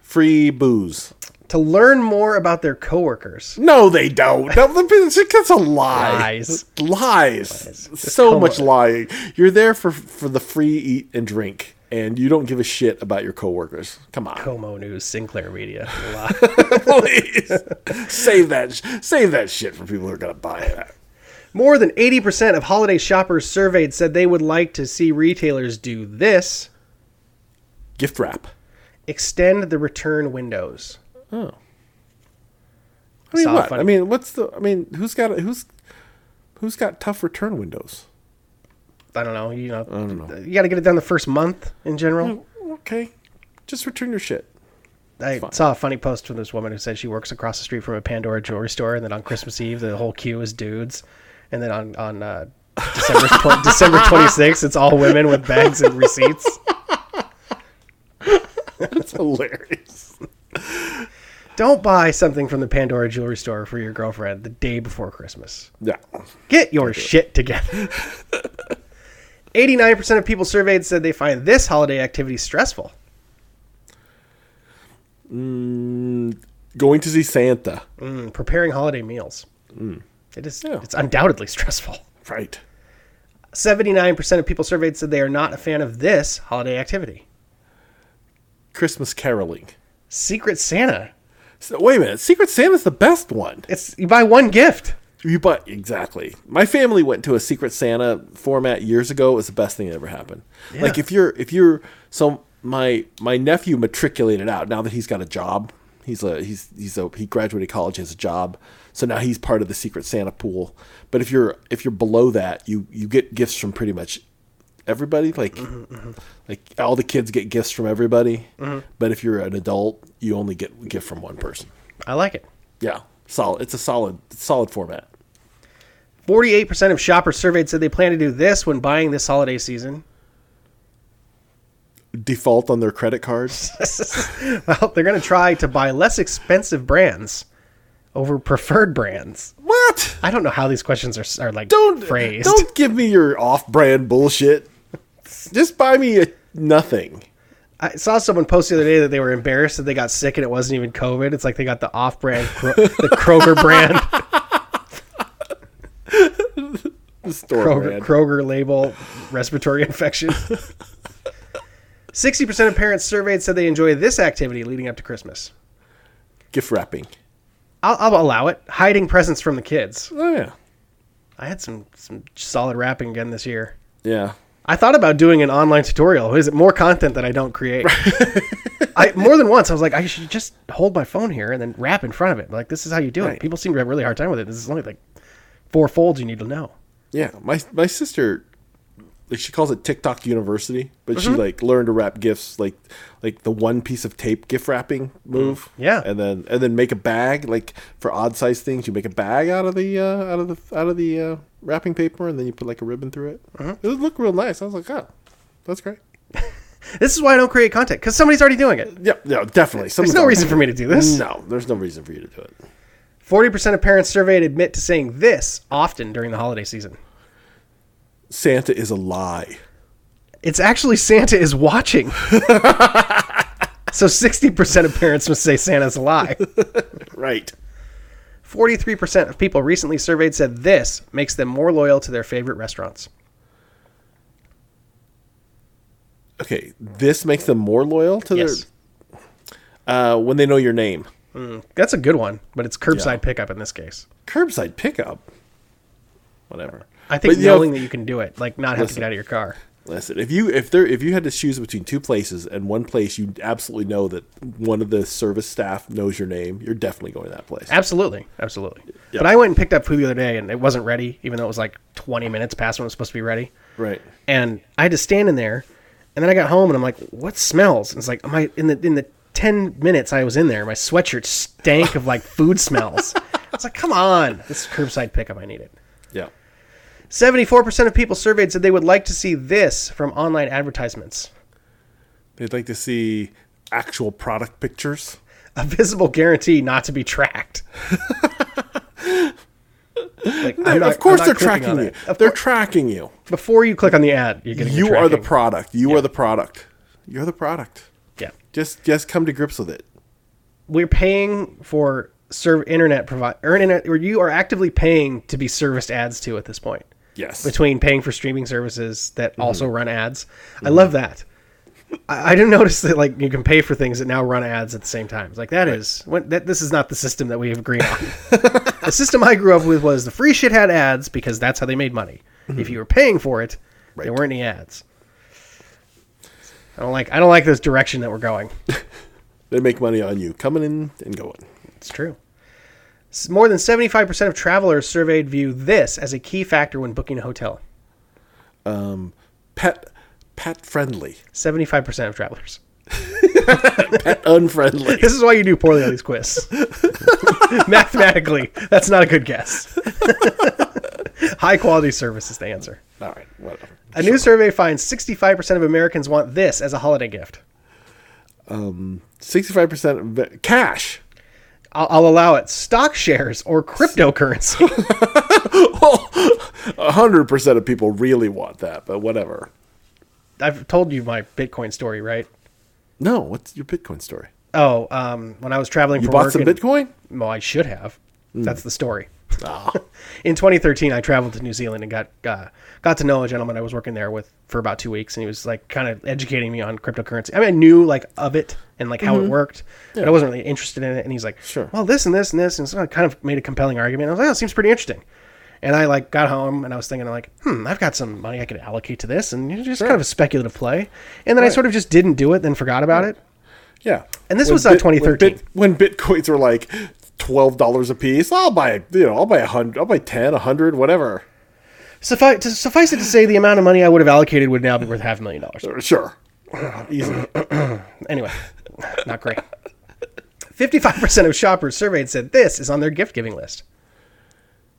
Free booze.
To learn more about their coworkers.
No, they don't. That- that- That's a lie.
Lies.
Lies.
Just
So
come
much
on.
lying. You're there for for the free eat and drink, and you don't give a shit about your coworkers. Come on,
Como News, Sinclair Media.
please save that. sh- Save that shit for people who are gonna buy it.
More than 80% of holiday shoppers surveyed said they would like to see retailers do this
Gift wrap.
extend the return windows.
I mean,
Solid
what?
funny.
I mean, what's the? I mean, who's got who's who's got tough return windows?
I don't know. You know, you got to get it done the first month in
Mm-hmm.
general.
Okay, just return your shit.
I saw a funny post from this woman who said she works across the street from a Pandora jewelry store, and then on Christmas Eve the whole queue is dudes, and then on on uh, December tw- December twenty sixth it's all women with bags and receipts.
It's hilarious.
Don't buy something from the Pandora jewelry store for your girlfriend the day before Christmas.
Yeah.
Get your shit together. 89% of people surveyed said they find this holiday activity stressful.
Mm, Going to see Santa.
Mm, preparing holiday meals. It is
Yeah.
it's undoubtedly stressful.
Right.
79% of people surveyed said they are not a fan of this holiday activity.
Christmas caroling.
Secret Santa.
So, wait a minute, Secret Santa's the best one.
It's you buy one gift.
You buy exactly. My family went to a Secret Santa format years ago. It was the best thing that ever happened. Like if you're if you're so my my nephew matriculated out now that he's got a job. He's a he's he's a he graduated college has a job. So now he's part of the Secret Santa pool. But if you're if you're below that, you you get gifts from pretty much everybody like mm-hmm. like all the kids get gifts from everybody. But if you're an adult, you only get a gift from one person.
I like it.
Yeah. Solid. It's a solid solid format.
48% of shoppers surveyed said they plan to do this when buying this holiday season.
default on their credit cards.
well, they're going to try to buy less expensive brands over preferred brands.
what?
I don't know how these questions are, are like
Don't uh,
phrased.
don't give me your off-brand bullshit. Just buy me a nothing.
I saw someone post the other day that they were embarrassed that they got sick and it wasn't even COVID. It's like they got the off-brand, Kro- the Kroger brand,
Store
Kroger,
brand.
Kroger label respiratory infection. 60% of parents surveyed said they enjoy this activity leading up to Christmas.
gift wrapping.
I'll, I'll allow it. Hiding presents from the kids.
Oh yeah.
I had some some solid wrapping again this year.
Yeah.
I thought about doing an online tutorial. Is it more content that I don't create? I more than once I was like, I should just hold my phone here and then wrap in front of it. Like this is how you do it. People seem to have a really hard time with it. This is only like four folds you need to know.
Yeah. My my sister like she calls it TikTok University, but
Mm-hmm.
she like learned to wrap gifts like like the one piece of tape gift wrapping move.
Mm, Yeah.
And then and then make a bag like for odd size things, you make a bag out of the uh, out of the out of the uh, wrapping paper and then you put like a ribbon through it.
Mm-hmm.
It would look real nice. I was like, "Oh, that's great."
This is why I don't create content because somebody's already doing it.
Yeah, no, definitely.
There's no reason for me to do this.
No, there's no reason for you to do it.
Forty percent of parents surveyed admit to saying this often during the holiday season.
Santa is a lie.
It's actually Santa is watching. so sixty percent of parents must say Santa's a lie.
Right.
43% of people recently surveyed said this makes them more loyal to their favorite restaurants.
Okay, this makes them more loyal to
Yes.
their uh, when they know your name.
That's a good one, but it's curbside pickup in this case.
Curbside pickup. Whatever.
I think
But, you know,
knowing that you can do it, like not have to get out of your car.
listen, if you if there if you had to choose between two places and one place you absolutely know that one of the service staff knows your name, you're definitely going to that place.
Absolutely. Absolutely. But I went and picked up food the other day and it wasn't ready, even though it was like 20 minutes past when it was supposed to be ready.
Right.
And I had to stand in there. And then I got home and I'm like, what smells? And it's like, am I in the, in the 10 minutes I was in there, my sweatshirt stank of like food smells. It's like, come on. This is curbside pickup. I need it.
Yeah.
74% of people surveyed said they would like to see this from online advertisements
They'd like to see actual product pictures.
a visible guarantee not to be tracked. Like, I'm not-
of course
I'm
they're
not clicking on
tracking you.
it. Of
They're
cour-
tracking you.
Before you click on the ad, you're getting
you are the
tracking.
product. You are the product. You're the product.
Yeah.
Just just come to grips with it.
We're paying for serve internet provide or internet or you are actively paying to be serviced ads to at this point.
Yes. Mm-hmm.
Between paying for streaming services that also run ads. I love that. I, I didn't notice that like you can pay for things that now run ads at the same time. It's like that is when that this is not the system that we have agreed on. the system I grew up with was the free shit had ads because that's how they made money. If you were paying for it, there
Mm-hmm. Right.
weren't any ads. I don't like I don't like this direction that we're going.
they make money on you coming in and going.
It's true. S- More than 75% of travelers surveyed view this as a key factor when booking a hotel.
Pet pet friendly.
75% of travelers.
Pet unfriendly.
This is why you do poorly on these quiz. Mathematically, that's not a good guess. High quality service is the answer.
All right, whatever.
A new survey finds 65% of Americans want this as a holiday gift.
Sixty-five percent cash.
I'll, I'll allow it. Stock shares or cryptocurrency.
hundred percent of people really want that, but whatever.
I've told you my Bitcoin story, right?
No, what's your Bitcoin story?
Oh, um, when I was traveling
You
for
bought
work
some
and-
Bitcoin?
Well, I should have. That's the story.
Hmm. Ah.
In 2013, I traveled to New Zealand and got uh, got to know a gentleman I was working there with for about two weeks, and he was like kind of educating me on cryptocurrency. I mean, I knew like of it and like how it worked, but I wasn't really interested in it. And he's like,
Mm-hmm. Sure.
well, this and this and this," and so I kind of made a compelling argument. I was like, "Oh, it seems pretty interesting." And I like got home and I was thinking like, "Hmm, I've got some money I could allocate to this," and you know, just kind of a speculative play. And then I sort of just didn't do it, then forgot about it.
Yeah.
And this was, uh, 2013.
When, bit, when bitcoins were like twelve dollars a piece, I'll buy you know I'll buy a hundred, I'll buy ten, a hundred, whatever.
Suffice, to, suffice it to say, the amount of money I would have allocated would now be worth half a million dollars.
Sure. Easy.
Anyway, not great. 55% of shoppers surveyed said this is on their gift giving list.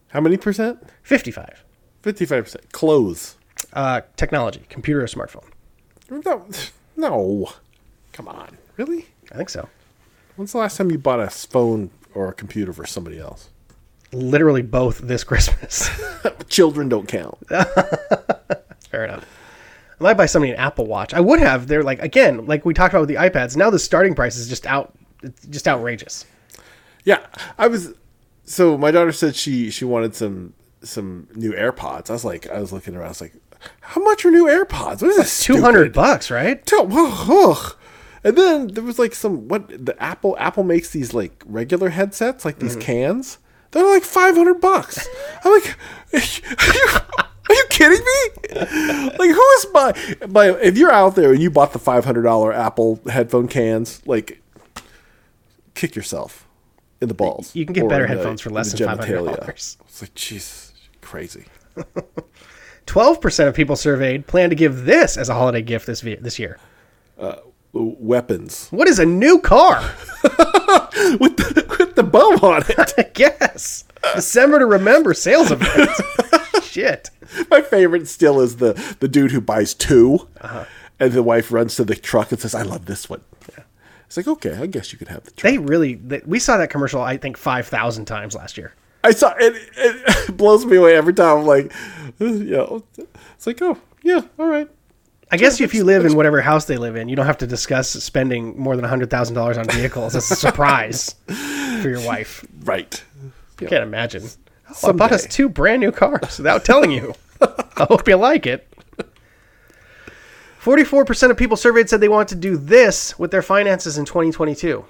How many percent?
55.
Fifty-five percent. Clothes.
Uh, technology, computer or smartphone.
No, no. Come on. Really?
I think so.
When's the last time you bought a phone or a computer for somebody else?
Literally both this Christmas.
Children don't count.
Fair enough. I might buy somebody an Apple Watch. I would have. They're like, again, like we talked about with the iPads, now the starting price is just out, it's just outrageous.
Yeah, I was. So my daughter said she she wanted some some new AirPods. I was like, I was looking around. I was like, how much are new AirPods? What is this?
200 bucks, right?
Tell- whoa, ugh. And then there was like some what the Apple Apple makes these like regular headsets, like
Mm-hmm.
these cans. They're like five hundred bucks. I'm like, are you, are you kidding me? Like, who is my my? If you're out there and you bought the five hundred dollar Apple headphone cans, like, kick yourself in the balls.
You can get
or
better
in the-
headphones for
in
less
the
than $500.
genitalia. It's like, jeez, crazy.
12% of people surveyed plan to give this as a holiday gift this, ve- this year.
Weapons
What is a new car?
with the, with the bow on it.
I guess. December to remember sales event. Shit.
My favorite still is the the dude who buys 2
Uh-huh.
and the wife runs to the truck and says, "I love this one." It's like, okay, I guess you could have the truck.
They really, they, we saw that commercial, I think, 5,000 times last year.
I saw it, it blows me away every time. I'm like, yeah, it's like, oh yeah, all right.
I guess if you live in whatever house they live in, you don't have to discuss spending more than $100,000 on vehicles as a surprise for your wife.
Right.
Can't imagine. Well, I bought us
Someday.
two brand new cars without telling you. I hope you like it. 44% of people surveyed said they want to do this with their finances in 2022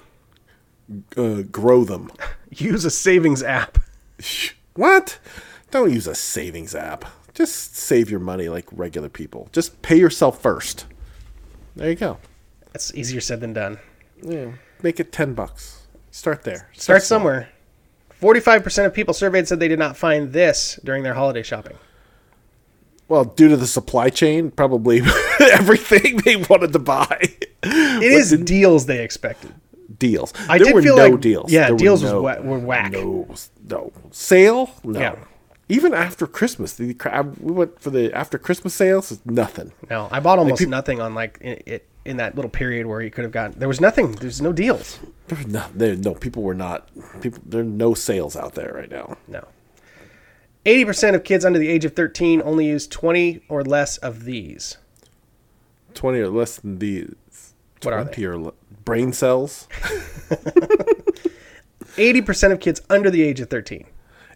Uh, grow them.
use a savings app.
What? Don't use a savings app. Just save your money like regular people. Just pay yourself first. There you go.
That's easier said than done.
Yeah. Make it ten bucks. Start there.
Start somewhere. Forty-five percent of people surveyed said they did not find this during their holiday shopping.
Well, due to the supply chain, probably everything they wanted to buy.
It is deals they expected.
deals.
I
there
did
were
feel
no
like-
deals.
yeah,
There
deals was
no-
wha- were whack.
No, no sale. No.
Yeah.
Even after Christmas, the cra- I- we went for the after Christmas sales. Nothing.
No, I bought almost nothing on like i- it in that little period where you could have gotten. There was nothing. There's no deals.
There were no, there, no people were not. People, there are no sales out there right now.
No. Eighty percent of kids under the age of thirteen only use twenty or less of these.
Twenty or less than the.
What are they?
Or le- brain cells.
Eighty percent of kids under the age of thirteen,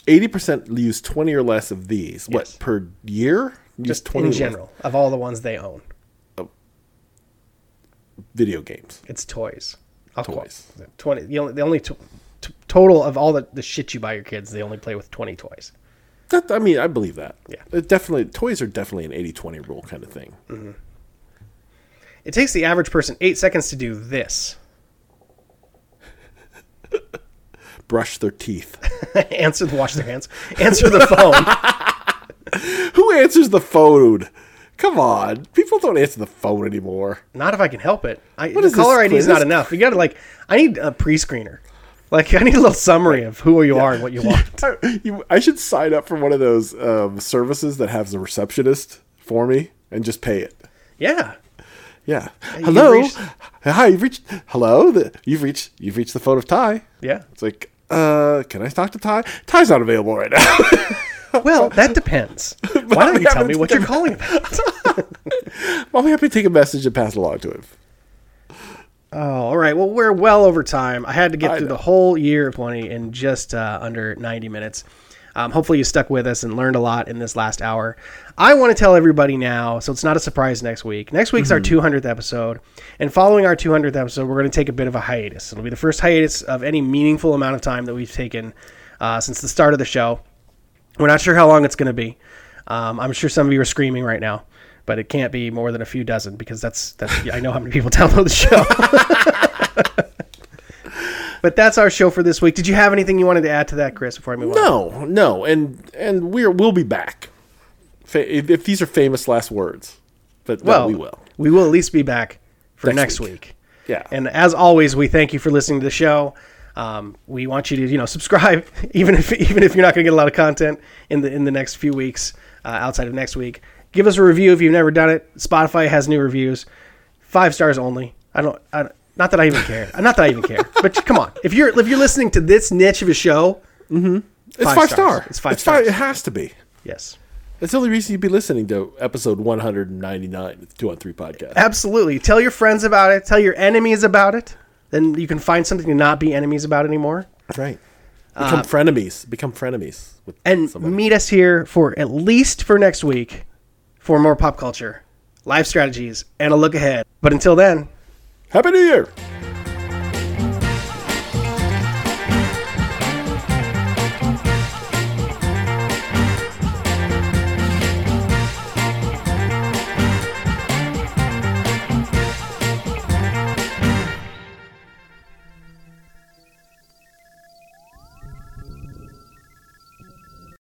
Eighty percent use twenty or less of these.
Yes.
What per year? Use
just
20 or
in
less
general, of all the ones they own,
Video games.
it's toys. I'll
Toys.
Quote. Twenty. The only the only t- t- total of all the, the shit you buy your kids, they only play with twenty toys.
That, I mean, I believe that.
Yeah.
It definitely, toys are definitely an 80 20 rule kind of thing.
It takes the average person eight seconds to do this.
Brush their teeth.
Answer the wash their hands. Answer the phone.
Who answers the phone? Come on. People don't answer the phone anymore.
not if I can help it. I,
What
the
is this
caller ID is
quiz?
not enough. You gotta like. I need a pre-screener. Like I need a little summary of who you are and what you want.
I, you, I should sign up for one of those um, services that has a receptionist for me and just pay it.
Yeah.
Yeah. Hello.
reached-
Hi, you've reached. Hello. The, you've reached. You've reached the phone of Ty.
Yeah.
It's like, uh, can I talk to Ty? Ty's not available right now.
Well, that depends. Why don't you tell me what you're calling about?
I'll be happy to take a message and pass it along to him.
Oh, all right. Well, we're well over time. I had to get
I
through
know.
the whole year of 20 in just uh, under 90 minutes. Um, hopefully, you stuck with us and learned a lot in this last hour. I want to tell everybody now, so it's not a surprise next week. Next week's our 200th episode, and following our 200th episode, we're going to take a bit of a hiatus. It'll be the first hiatus of any meaningful amount of time that we've taken uh, since the start of the show. We're not sure how long it's going to be. Um, I'm sure some of you are screaming right now, but it can't be more than a few dozen because that's that's I know how many people download the show. but that's our show for this week. Did you have anything you wanted to add to that, Chris? Before I move on,
No, no, and and we're we'll be back. Fa- if, if these are famous last words, but well,
well,
we will.
We will at least be back for next,
Next
week.
week. Yeah,
And as always, we thank you for listening to the show. Um, we want you to you know subscribe, even if even if you're not going to get a lot of content in the in the next few weeks uh, outside of next week. Give us a review if you've never done it. Spotify has new reviews, five stars only. I don't. I, don't- not that I even care. Not that I even care. But come on, if you're if you're listening to this niche of a show,
it's
five stars.
five, star.
It's five stars.
It has to be.
yes,
That's the only reason you'd be listening to episode 199 of the Two on Three podcast.
absolutely. Tell your friends about it. Tell your enemies about it. Then you can find something to not be enemies about anymore.
Right.
Uh,
Become frenemies. Become frenemies. With
and
somebody.
meet us here for at least for next week for more pop culture, life strategies, and a look ahead. But until then,
Happy New Year.